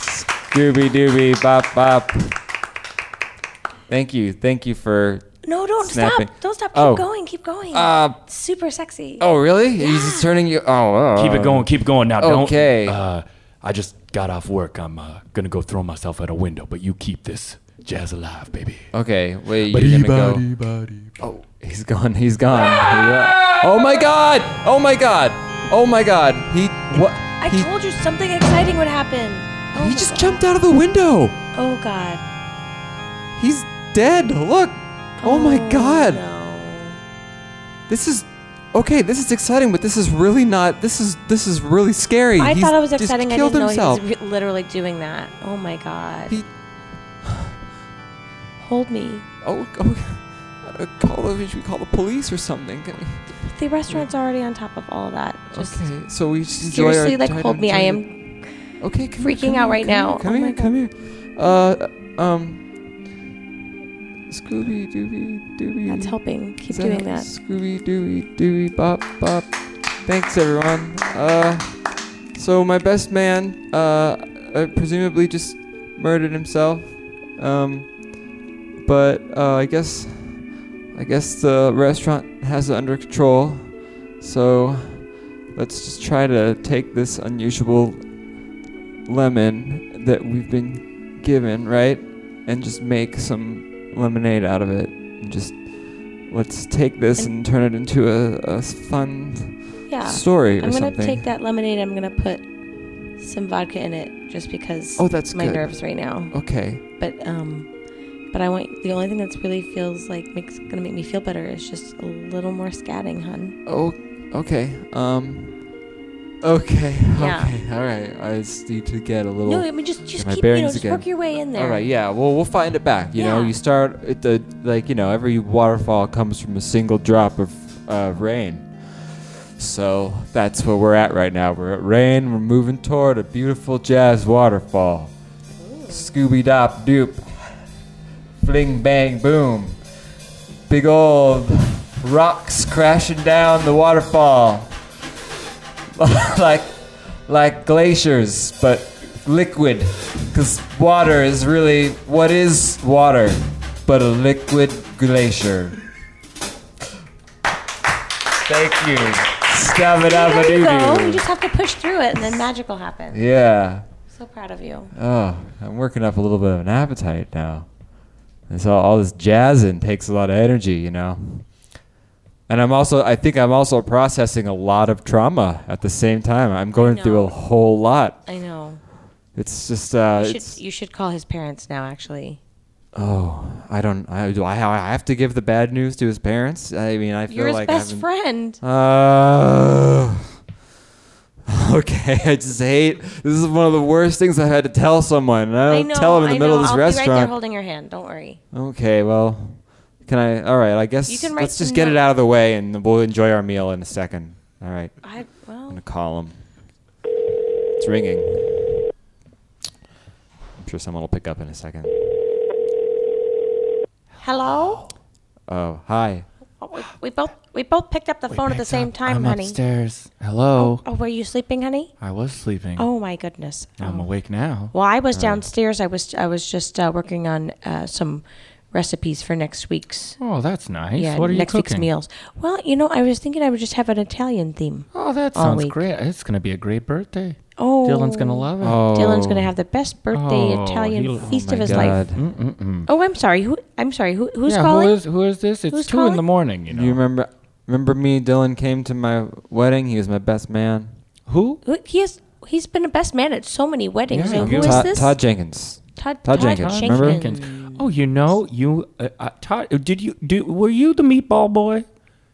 Speaker 9: Scooby Dooby. Bop Bop. Thank you. Thank you for.
Speaker 4: No, don't
Speaker 9: snapping.
Speaker 4: stop. Don't stop. Keep
Speaker 9: Oh.
Speaker 4: going. Keep going.
Speaker 9: Uh,
Speaker 4: It's super sexy.
Speaker 9: oh, really? He's just turning you. Oh, oh,
Speaker 7: Keep
Speaker 9: oh.
Speaker 7: it going. Keep going now.
Speaker 9: okay.
Speaker 7: Don't. Uh, I just got off work. I'm uh, gonna go throw myself out a window. But you keep this jazz alive, baby.
Speaker 9: Okay, wait, you're gonna go. Oh, he's gone. He's gone. Yeah. Oh my god! Oh my god! Oh my god! He what?
Speaker 4: I
Speaker 9: he
Speaker 4: told you something exciting would happen. Oh
Speaker 9: he
Speaker 4: my
Speaker 9: just
Speaker 4: God.
Speaker 9: jumped out of the window.
Speaker 4: Oh God.
Speaker 9: He's dead. Look. Oh, my god.
Speaker 4: no.
Speaker 9: This is okay. This is exciting, but this is really not. This is this is really scary.
Speaker 4: I
Speaker 9: He's
Speaker 4: thought it was
Speaker 9: just
Speaker 4: exciting. I
Speaker 9: killed
Speaker 4: didn't know
Speaker 9: himself.
Speaker 4: he was re- literally doing that. Oh my God.
Speaker 9: He-
Speaker 4: (sighs) Hold me.
Speaker 9: Oh, oh. uh, Call the, should we call the police or something? Can we-
Speaker 4: The restaurant's already on top of all that. Just
Speaker 9: okay, so we just enjoy our
Speaker 4: seriously, like,
Speaker 9: time-
Speaker 4: hold me. I
Speaker 9: enjoy-
Speaker 4: am.
Speaker 9: Okay, come
Speaker 4: freaking
Speaker 9: here, come
Speaker 4: out
Speaker 9: here,
Speaker 4: right now.
Speaker 9: Come
Speaker 4: Oh
Speaker 9: here,
Speaker 4: my
Speaker 9: come here. come here. Uh, um, Scooby Dooby Dooby.
Speaker 4: That's helping. Keep doing that.
Speaker 9: Scooby Dooby Dooby Bop Bop. Thanks everyone. Uh, so my best man, uh, uh, presumably just murdered himself. Um, but uh, I guess, I guess the restaurant has it under control. So let's just try to take this unusual lemon that we've been given, right? And just make some lemonade out of it. And just
Speaker 3: let's take this and turn it into a, a s- fun
Speaker 4: Yeah.
Speaker 3: story or
Speaker 4: I'm gonna
Speaker 3: something.
Speaker 4: take that lemonade. I'm gonna put some vodka in it, just because.
Speaker 3: Oh, that's
Speaker 4: my
Speaker 3: good.
Speaker 4: nerves right now.
Speaker 3: okay.
Speaker 4: But um, but I want the only thing that's really feels like makes gonna make me feel better is just a little more scatting, hun.
Speaker 3: Oh, okay. Um. Okay.
Speaker 4: Yeah.
Speaker 3: (laughs) Okay. All right. I just need to get a little.
Speaker 4: No, I mean just just
Speaker 3: my
Speaker 4: keep you know
Speaker 3: bearings
Speaker 4: just
Speaker 3: again.
Speaker 4: work your way in there.
Speaker 3: All right, yeah. Well, we'll find it back. You know,
Speaker 4: Yeah.
Speaker 3: you start at the like, you know, every waterfall comes from a single drop of uh, rain. So that's where we're at right now. We're at rain. We're moving toward a beautiful jazz waterfall. Scooby Dop Doop, fling bang boom, big old rocks crashing down the waterfall (laughs) like like glaciers, but liquid. Because water is really what is water, but a liquid glacier. Thank you.
Speaker 4: There you go. You
Speaker 3: Scabadabadoo.
Speaker 4: just have to push through it, and then magic will happen.
Speaker 3: Yeah.
Speaker 4: So proud of you.
Speaker 3: Oh, I'm working up a little bit of an appetite now. And so all this jazzing takes a lot of energy, you know. And I'm also, I think I'm also processing a lot of trauma at the same time. I'm going through
Speaker 4: know.
Speaker 3: a whole lot.
Speaker 4: I know.
Speaker 3: It's just, uh,
Speaker 4: You
Speaker 3: it's-
Speaker 4: should you should call his parents now. Actually,
Speaker 3: oh, I don't, I, do I, I have to give the bad news to his parents? I mean, I feel
Speaker 4: you're his
Speaker 3: like I
Speaker 4: best
Speaker 3: haven't-
Speaker 4: friend.
Speaker 3: Uh, (laughs) okay, I just hate. This is one of the worst things I've had to tell someone. and I
Speaker 4: I
Speaker 3: don't
Speaker 4: know.
Speaker 3: tell them in the
Speaker 4: I
Speaker 3: middle
Speaker 4: know.
Speaker 3: of this
Speaker 4: I'll
Speaker 3: restaurant.
Speaker 4: be right there holding your hand. Don't worry.
Speaker 3: Okay, well, can I? All right, I guess
Speaker 4: You can write
Speaker 3: let's just
Speaker 4: some
Speaker 3: get it
Speaker 4: notes.
Speaker 3: out of the way, and we'll enjoy our meal in a second. All right, I'm
Speaker 4: I well.
Speaker 3: gonna call him. It's ringing. I'm sure someone will pick up in a second.
Speaker 4: Hello.
Speaker 3: Oh, hi.
Speaker 4: Oh, we, we both we both picked up the phone at the same time,
Speaker 7: I'm
Speaker 4: honey.
Speaker 7: upstairs. Hello.
Speaker 4: Oh, were you sleeping, honey?
Speaker 7: I was sleeping.
Speaker 4: Oh my goodness.
Speaker 7: I'm
Speaker 4: Oh.
Speaker 7: awake now.
Speaker 4: Well, I was downstairs. I was I was just uh, working on uh, some recipes for next week's
Speaker 7: Oh, that's nice.
Speaker 4: yeah
Speaker 7: what are you
Speaker 4: next
Speaker 7: cooking?
Speaker 4: week's meals. Well, you know, I was thinking I would just have an Italian theme.
Speaker 7: Oh, that
Speaker 4: all
Speaker 7: sounds
Speaker 4: week.
Speaker 7: great. It's gonna be a great birthday.
Speaker 4: Oh,
Speaker 7: Dylan's gonna love it.
Speaker 3: Oh,
Speaker 4: Dylan's gonna have the best birthday
Speaker 7: Oh,
Speaker 4: Italian
Speaker 7: he'll- oh
Speaker 4: feast
Speaker 3: my
Speaker 4: of his life.
Speaker 3: God.
Speaker 7: Mm-mm-mm.
Speaker 4: Oh, I'm sorry. Who I'm sorry. Who who's
Speaker 7: yeah,
Speaker 4: calling?
Speaker 7: who is who is this? It's
Speaker 4: Who's
Speaker 7: two in the
Speaker 4: calling?
Speaker 7: morning. You know.
Speaker 3: You remember? Remember me? Dylan came to my wedding. He was my best man.
Speaker 7: who?
Speaker 4: Who- he has he's been a best man at so many weddings.
Speaker 7: Yeah,
Speaker 4: so
Speaker 7: you-
Speaker 4: who is
Speaker 3: Todd,
Speaker 4: this?
Speaker 3: Todd Jenkins.
Speaker 4: Todd,
Speaker 3: Todd Jenkins, remember?
Speaker 7: Jenkins. Oh, you know you. Uh, uh, Todd, did you do? Were you the meatball boy?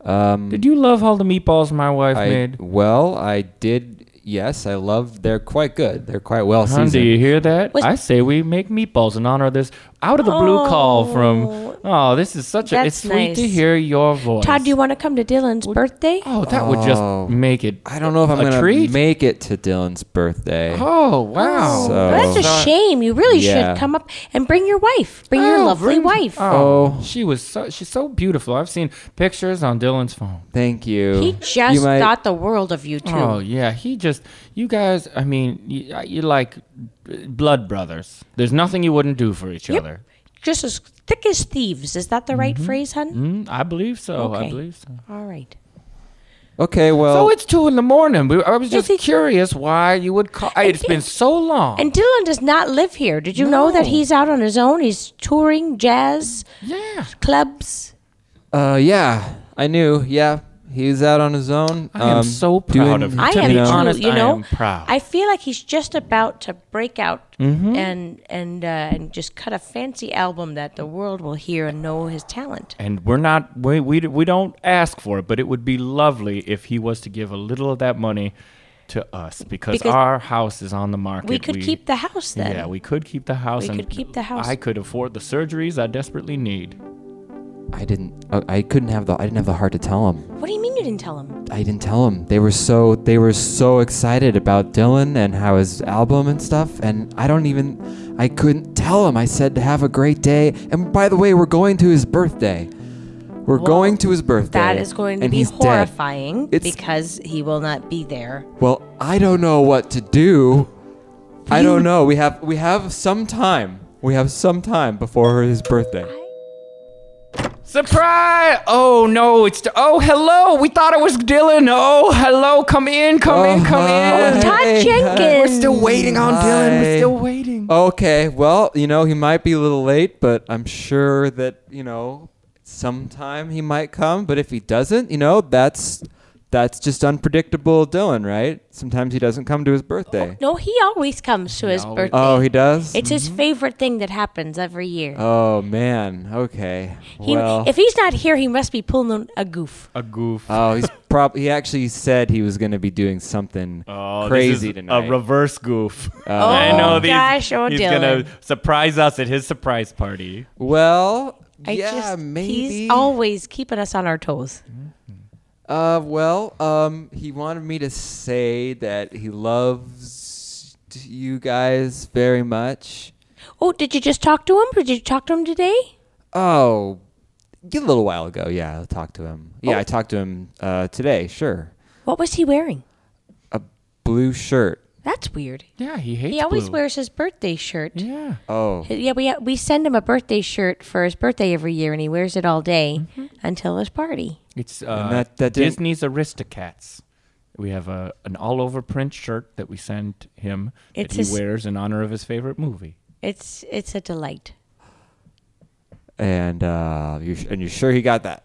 Speaker 3: Um,
Speaker 7: Did you love all the meatballs my wife
Speaker 3: I,
Speaker 7: made?
Speaker 3: Well, I did. Yes, I love. They're quite good. They're quite well
Speaker 7: Hun, do
Speaker 3: seasoned.
Speaker 7: you hear that?
Speaker 4: Was-
Speaker 7: I say we make meatballs in honor of this out of the blue call
Speaker 4: Oh.
Speaker 7: from. Oh, this is such a. It's
Speaker 4: That's
Speaker 7: sweet to
Speaker 4: nice.
Speaker 7: hear your voice.
Speaker 4: Todd, do you want to come to Dylan's birthday?
Speaker 7: Oh, that would
Speaker 3: Oh.
Speaker 7: just make it.
Speaker 3: I don't know if I'm
Speaker 7: a
Speaker 3: gonna
Speaker 7: treat?
Speaker 3: make it to Dylan's birthday.
Speaker 7: Oh wow.
Speaker 3: So-
Speaker 4: Well, that's a shame. You really
Speaker 3: Yeah.
Speaker 4: should come up and bring your wife. Bring your
Speaker 7: Oh,
Speaker 4: lovely
Speaker 7: bring-
Speaker 4: wife.
Speaker 7: Oh,
Speaker 3: Oh.
Speaker 7: she was so she's so beautiful. I've seen pictures on Dylan's phone.
Speaker 3: Thank you.
Speaker 4: he
Speaker 3: You
Speaker 4: just
Speaker 3: might-
Speaker 4: thought the world of you two.
Speaker 7: Oh yeah, he just you guys. I mean, you, you like uh, blood brothers. There's nothing you wouldn't do for each
Speaker 4: Yep.
Speaker 7: other.
Speaker 4: Just as thick as thieves. Is that the right phrase, hun?
Speaker 7: Mm, I believe so. I
Speaker 4: Okay.
Speaker 7: believe so.
Speaker 4: All right.
Speaker 3: Okay, well,
Speaker 7: So it's two in the morning. We- I was just
Speaker 4: it-
Speaker 7: curious why you would call. It's been so long.
Speaker 4: And Dylan does not live here. Did you know that
Speaker 7: No.
Speaker 4: he's out on his own? He's touring jazz
Speaker 7: yeah.
Speaker 4: clubs.
Speaker 3: uh, yeah, I knew. Yeah, he's out on his own.
Speaker 7: I am
Speaker 3: um,
Speaker 7: so
Speaker 3: doing-
Speaker 7: proud of him.
Speaker 4: I
Speaker 7: to
Speaker 4: am
Speaker 7: be
Speaker 4: too.
Speaker 7: honest,
Speaker 4: you
Speaker 7: I
Speaker 4: know,
Speaker 7: am proud.
Speaker 4: I feel like he's just about to break out and and uh, and just cut a fancy album that the world will hear and know his talent.
Speaker 7: and we're not we, we we don't ask for it, but it would be lovely if he was to give a little of that money to us because,
Speaker 4: Because
Speaker 7: our house is on the market.
Speaker 4: We could keep the house then.
Speaker 7: Yeah, we could keep the house.
Speaker 4: We
Speaker 7: and
Speaker 4: could keep the house.
Speaker 7: I could afford the surgeries I desperately need.
Speaker 3: I didn't. Uh, I couldn't have the. I didn't have the heart to tell him.
Speaker 4: What do you mean you didn't tell him?
Speaker 3: I didn't tell him. They were so. They were so excited about Dylan and how his album and stuff. And I don't even. I couldn't tell him. I said have a great day. And by the way, we're going to his birthday. We're going to his birthday.
Speaker 4: That is going to
Speaker 3: and
Speaker 4: be
Speaker 3: he's dead.
Speaker 4: horrifying
Speaker 3: It's-
Speaker 4: because he will not be there.
Speaker 3: Well, I don't know what to do. I don't know. We have we have some time. We have some time before his birthday.
Speaker 7: Surprise! Oh no, it's oh hello. We thought it was Dylan. Oh hello, come in, come in,
Speaker 9: Oh,
Speaker 7: come in.
Speaker 4: Todd
Speaker 7: We're
Speaker 4: Jenkins.
Speaker 7: still waiting on Dylan.
Speaker 3: Hi.
Speaker 7: We're still waiting.
Speaker 3: Okay, well, you know, he might be a little late, but I'm sure that, you know, sometime he might come, but if he doesn't, you know, that's that's just unpredictable Dylan, right? Sometimes he doesn't come to his birthday.
Speaker 4: No, he always comes to his birthday.
Speaker 3: Oh, he does?
Speaker 4: It's his favorite thing that happens every year.
Speaker 3: Oh man. Okay.
Speaker 4: he,
Speaker 3: well,
Speaker 4: if he's not here, he must be pulling a goof.
Speaker 7: A goof.
Speaker 3: oh,
Speaker 7: (laughs)
Speaker 3: he's probably he actually said he was going to be doing something
Speaker 7: Oh, this
Speaker 3: crazy
Speaker 7: is
Speaker 3: tonight.
Speaker 7: A reverse
Speaker 3: (laughs)
Speaker 7: goof.
Speaker 3: Uh,
Speaker 7: I know these-
Speaker 4: Oh, gosh, oh,
Speaker 7: he's
Speaker 4: Dylan.
Speaker 7: gonna surprise us at his surprise party.
Speaker 3: well,
Speaker 4: I
Speaker 3: yeah,
Speaker 4: just,
Speaker 3: maybe.
Speaker 4: He's always keeping us on our toes.
Speaker 3: Uh, well, um, he wanted me to say that he loves you guys very much.
Speaker 4: Oh, did you just talk to him? Did you talk to him today?
Speaker 3: Oh, a little while ago, yeah, I talked to him.
Speaker 4: Oh.
Speaker 3: Yeah, I talked to him uh, today. Sure,
Speaker 4: What was he wearing?
Speaker 3: a blue shirt.
Speaker 4: That's weird.
Speaker 7: Yeah, he hates.
Speaker 4: He always wears his birthday shirt.
Speaker 7: Yeah.
Speaker 3: Oh,
Speaker 4: Yeah, we uh, we send him a birthday shirt for his birthday every year, and he wears it all day until his party.
Speaker 7: It's uh,
Speaker 3: And that- that didn't-
Speaker 7: Disney's Aristocats. We have a an all over print shirt that we send him
Speaker 4: It's
Speaker 7: that
Speaker 4: his-
Speaker 7: he wears in honor of his favorite movie.
Speaker 4: It's it's a delight.
Speaker 3: and uh, you and you're sure he got that?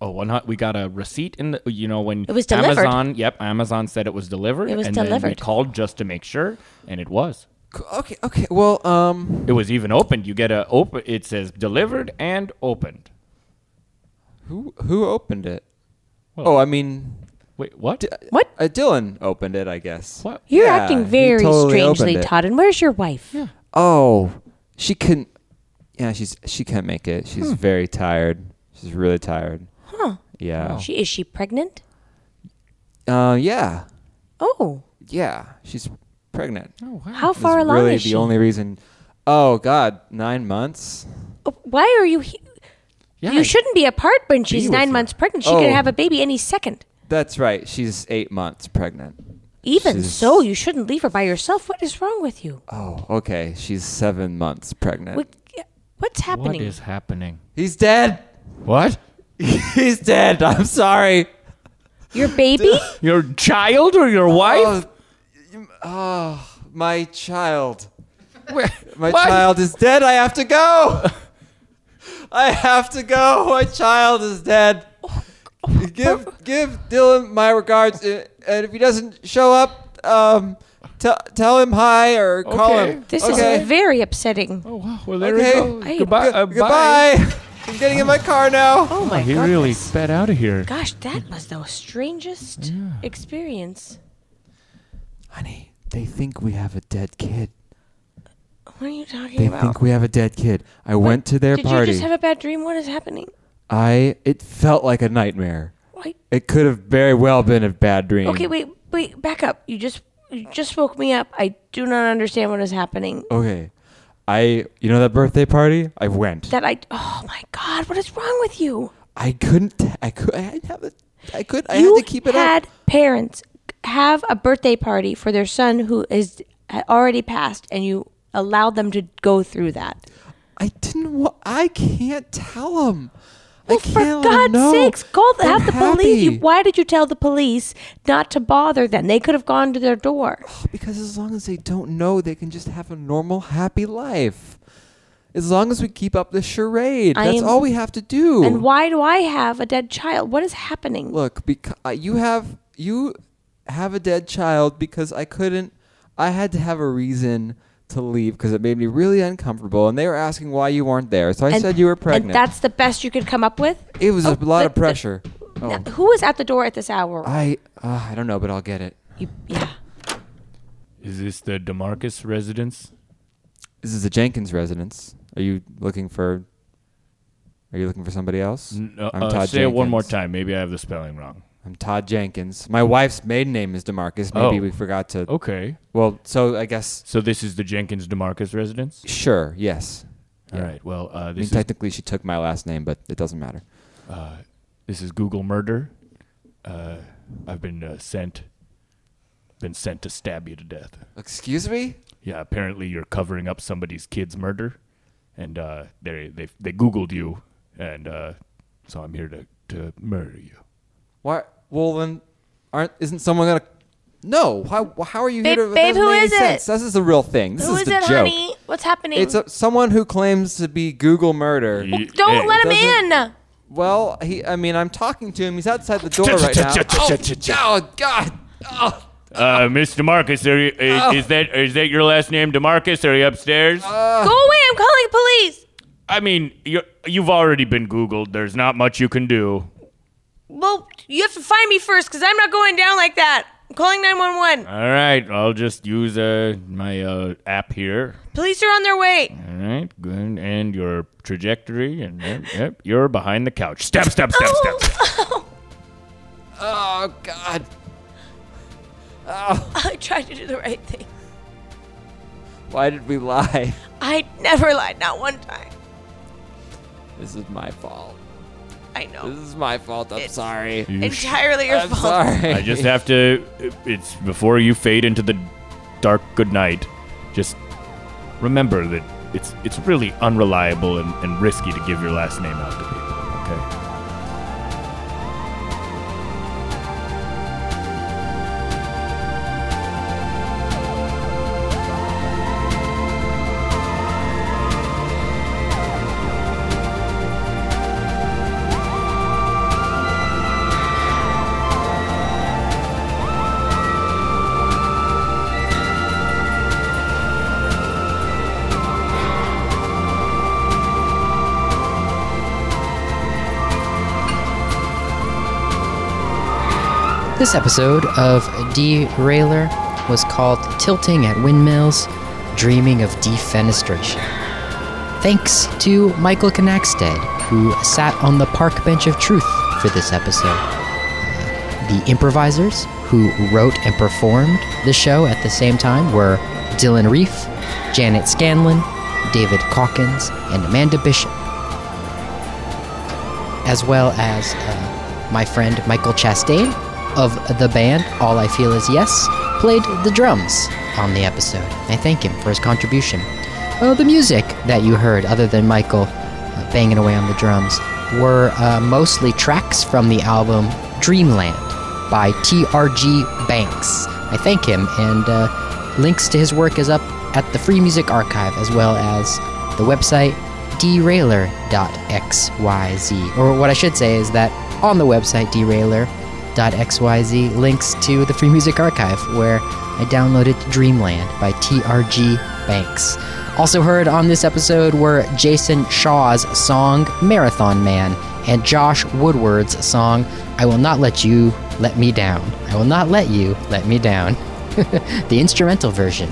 Speaker 7: Oh, well, not we got a receipt in the you know when
Speaker 4: It was delivered.
Speaker 7: Amazon. Yep, Amazon said it was delivered.
Speaker 4: It was
Speaker 7: and Then we
Speaker 4: delivered.
Speaker 7: called just to make sure, and it was.
Speaker 3: C- Okay, okay. Well, um,
Speaker 7: It was even opened. You get a open. It says delivered and opened.
Speaker 3: who who opened it?
Speaker 7: Well-
Speaker 3: oh, I mean,
Speaker 7: Wait, what?
Speaker 4: What?
Speaker 3: uh, Dylan opened it, I guess.
Speaker 7: What?
Speaker 4: You're
Speaker 3: Yeah,
Speaker 4: acting
Speaker 3: he
Speaker 4: very
Speaker 3: totally
Speaker 4: strangely,
Speaker 3: opened it.
Speaker 4: Todd. And where's your wife?
Speaker 3: Oh, she couldn't. Yeah, she's she can't make it.
Speaker 7: Hmm.
Speaker 3: She's very tired. She's really tired.
Speaker 4: Huh?
Speaker 3: Yeah.
Speaker 4: Oh. She is she pregnant?
Speaker 3: Uh, yeah,
Speaker 4: Oh,
Speaker 3: yeah. She's pregnant. Oh,
Speaker 4: how far along
Speaker 3: really
Speaker 4: is she?
Speaker 3: the only reason. Oh God, nine months.
Speaker 4: Oh, Why are you? He- you shouldn't be apart when she's nine months pregnant. She
Speaker 3: Oh.
Speaker 4: could have a baby any second.
Speaker 3: That's right. She's eight months pregnant.
Speaker 4: Even
Speaker 3: She's-
Speaker 4: so, you shouldn't leave her by herself. What is wrong with you?
Speaker 3: Oh, okay. She's seven months pregnant.
Speaker 4: What, what's
Speaker 7: What
Speaker 4: happening?
Speaker 7: is happening?
Speaker 3: He's dead.
Speaker 7: What?
Speaker 3: He's dead. I'm sorry.
Speaker 4: your baby?
Speaker 7: Your child or your wife?
Speaker 3: Oh, oh, my child.
Speaker 7: Where-
Speaker 3: My
Speaker 7: what?
Speaker 3: child is dead. I have to go. I have to go. My child is dead. Give give Dylan my regards, uh, and if he doesn't show up, um, t- tell him hi or call him.
Speaker 4: This
Speaker 3: Okay.
Speaker 4: is very upsetting.
Speaker 7: Oh wow. Well, there
Speaker 3: Okay.
Speaker 7: we go.
Speaker 4: Hey,
Speaker 7: Goodbye.
Speaker 3: G-
Speaker 7: uh, bye.
Speaker 3: goodbye. I'm getting in my car now.
Speaker 4: Oh my
Speaker 7: He
Speaker 4: god.
Speaker 7: really sped out of here.
Speaker 4: Gosh, that was the strangest experience.
Speaker 3: Honey, they think we have a dead kid.
Speaker 4: What are you talking
Speaker 3: They
Speaker 4: about?
Speaker 3: think we have a dead kid. I went to their
Speaker 4: Did you
Speaker 3: party.
Speaker 4: just have a bad dream? What is happening?
Speaker 3: (laughs) I it felt like a nightmare.
Speaker 4: Wait.
Speaker 3: It could have very well been a bad dream.
Speaker 4: Okay, wait, wait, back up. You just you just woke me up. I do not understand what is happening.
Speaker 3: Okay. I you know that birthday party? I went.
Speaker 4: That I oh my god, what is wrong with you?
Speaker 3: I couldn't I could I had to have it I could I
Speaker 4: you
Speaker 3: had to keep it
Speaker 4: had
Speaker 3: up.
Speaker 4: parents have a birthday party for their son who is had already passed, and you allowed them to go through that.
Speaker 3: I didn't want I can't tell them.
Speaker 4: Well,
Speaker 3: I
Speaker 4: for
Speaker 3: can't let 'em
Speaker 4: God's
Speaker 3: know.
Speaker 4: sakes, call the,
Speaker 3: They're
Speaker 4: have the police. You,
Speaker 3: happy.
Speaker 4: why did you tell the police not to bother them? They could have gone to their door.
Speaker 3: Because as long as they don't know, they can just have a normal, happy life. As long as we keep up the charade,
Speaker 4: I
Speaker 3: that's
Speaker 4: am-
Speaker 3: all we have to do.
Speaker 4: And why do I have a dead child? What is happening?
Speaker 3: Look, because you have you have a dead child because I couldn't. I had to have a reason to leave because it made me really uncomfortable, and they were asking why you weren't there. So I
Speaker 4: And-
Speaker 3: said you were
Speaker 4: And
Speaker 3: pregnant.
Speaker 4: that's the best you could come up with?
Speaker 3: it was
Speaker 4: Oh,
Speaker 3: a lot of
Speaker 4: but-
Speaker 3: pressure.
Speaker 4: but-
Speaker 3: Oh,
Speaker 4: Who was at the door at this hour?
Speaker 3: I uh, I don't know, but I'll get it.
Speaker 4: You- yeah.
Speaker 7: Is this the Demarcus residence?
Speaker 3: This is the Jenkins residence. Are you looking for? Are you looking for somebody else?
Speaker 7: No, uh, say it one more time. Maybe I have the spelling wrong.
Speaker 3: I'm Todd Jenkins. My wife's maiden name is Demarcus. Maybe
Speaker 7: Oh.
Speaker 3: we forgot to.
Speaker 7: Okay.
Speaker 3: Well, so I guess
Speaker 7: So this is the Jenkins Demarcus residence.
Speaker 3: sure. Yes.
Speaker 7: All right. Well, uh,
Speaker 3: I mean,
Speaker 7: this is
Speaker 3: technically, she took my last name, but it doesn't matter.
Speaker 7: uh, this is Google murder. Uh, I've been uh, sent, been sent to stab you to death.
Speaker 3: Excuse me?
Speaker 7: Yeah. Apparently, you're covering up somebody's kid's murder, and uh, they they they Googled you, and uh, so I'm here to to murder you.
Speaker 3: Why? Well, then, aren't isn't someone gonna? No. How how are you
Speaker 4: Babe-
Speaker 3: here to? that
Speaker 4: babe,
Speaker 3: doesn't
Speaker 4: who
Speaker 3: make any
Speaker 4: is it?
Speaker 3: sense. This is the real thing. This
Speaker 4: Who
Speaker 3: is,
Speaker 4: is
Speaker 3: the
Speaker 4: it,
Speaker 3: joke.
Speaker 4: honey? What's happening?
Speaker 3: It's a, someone who claims to be Google murder.
Speaker 7: Ye-
Speaker 4: Don't
Speaker 7: hey,
Speaker 4: let him
Speaker 3: doesn't-
Speaker 4: in.
Speaker 9: Well, he. I mean, I'm talking to him. He's outside the door right now. Oh, oh, God. Oh.
Speaker 7: Uh, Miss Demarcus, are you, is,
Speaker 9: Oh.
Speaker 7: is that is that your last name, Demarcus? Are you upstairs?
Speaker 4: Go away! I'm calling the police.
Speaker 7: I mean, you you've already been Googled. There's not much you can do.
Speaker 4: Well, you have to find me first because I'm not going down like that. I'm calling 911.
Speaker 7: All right, I'll just use uh, my uh, app here.
Speaker 4: Police are on their way.
Speaker 7: All right, good. And your trajectory, and yep, yep, you're behind the couch. Step, step, step, step.
Speaker 9: Oh God. Oh.
Speaker 4: (laughs) I tried to do the right thing.
Speaker 9: Why did we lie? (laughs)
Speaker 4: I never lied, not one time.
Speaker 9: This is my fault.
Speaker 4: I know.
Speaker 9: This is my fault. I'm sorry.
Speaker 4: Entirely your
Speaker 9: I'm
Speaker 4: fault.
Speaker 9: Sorry.
Speaker 7: I just have to. It's before you fade into the dark good night. Just remember that it's it's really unreliable and, and risky to give your last name out to people. Okay.
Speaker 1: This episode of Derailer was called Tilting at Windmills, Dreaming of Defenestration. Thanks to Michael Knackstead, who sat on the park bench of truth for this episode. The improvisers who wrote and performed the show at the same time were Dylan Reef, Janet Scanlon, David Calkins, and Amanda Bishop as well as uh, my friend Michael Chastain of the band All I Feel Is Yes, played the drums on the episode. I thank him for his contribution. Uh, the music that you heard, other than Michael uh, banging away on the drums, were uh, mostly tracks from the album Dreamland by TRG Banks. I thank him, and uh, links to his work is up at the Free Music Archive as well as the website derailer.xyz. Or what I should say is that on the website derailer.xyz links to the Free Music Archive where I downloaded Dreamland by TRG Banks. Also heard on this episode were Jason Shaw's song Marathon Man and Josh Woodward's song I Will Not Let You Let Me Down. I Will Not Let You Let Me Down. (laughs) the instrumental version.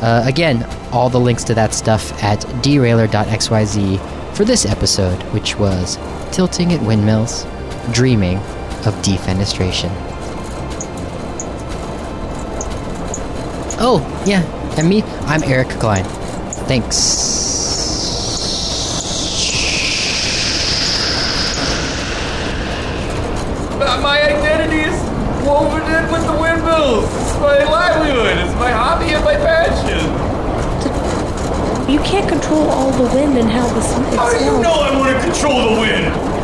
Speaker 1: Uh, again, all the links to that stuff at derailer.xyz for this episode, which was Tilting at Windmills, Dreaming of Defenestration. Oh, yeah, and me, I'm Eric Klein. Thanks.
Speaker 10: Uh, my identity is woven in with the windmills. It's my livelihood. It's my hobby and my passion.
Speaker 4: You can't control all the wind and how the sun.
Speaker 10: How do you know I want to control the wind?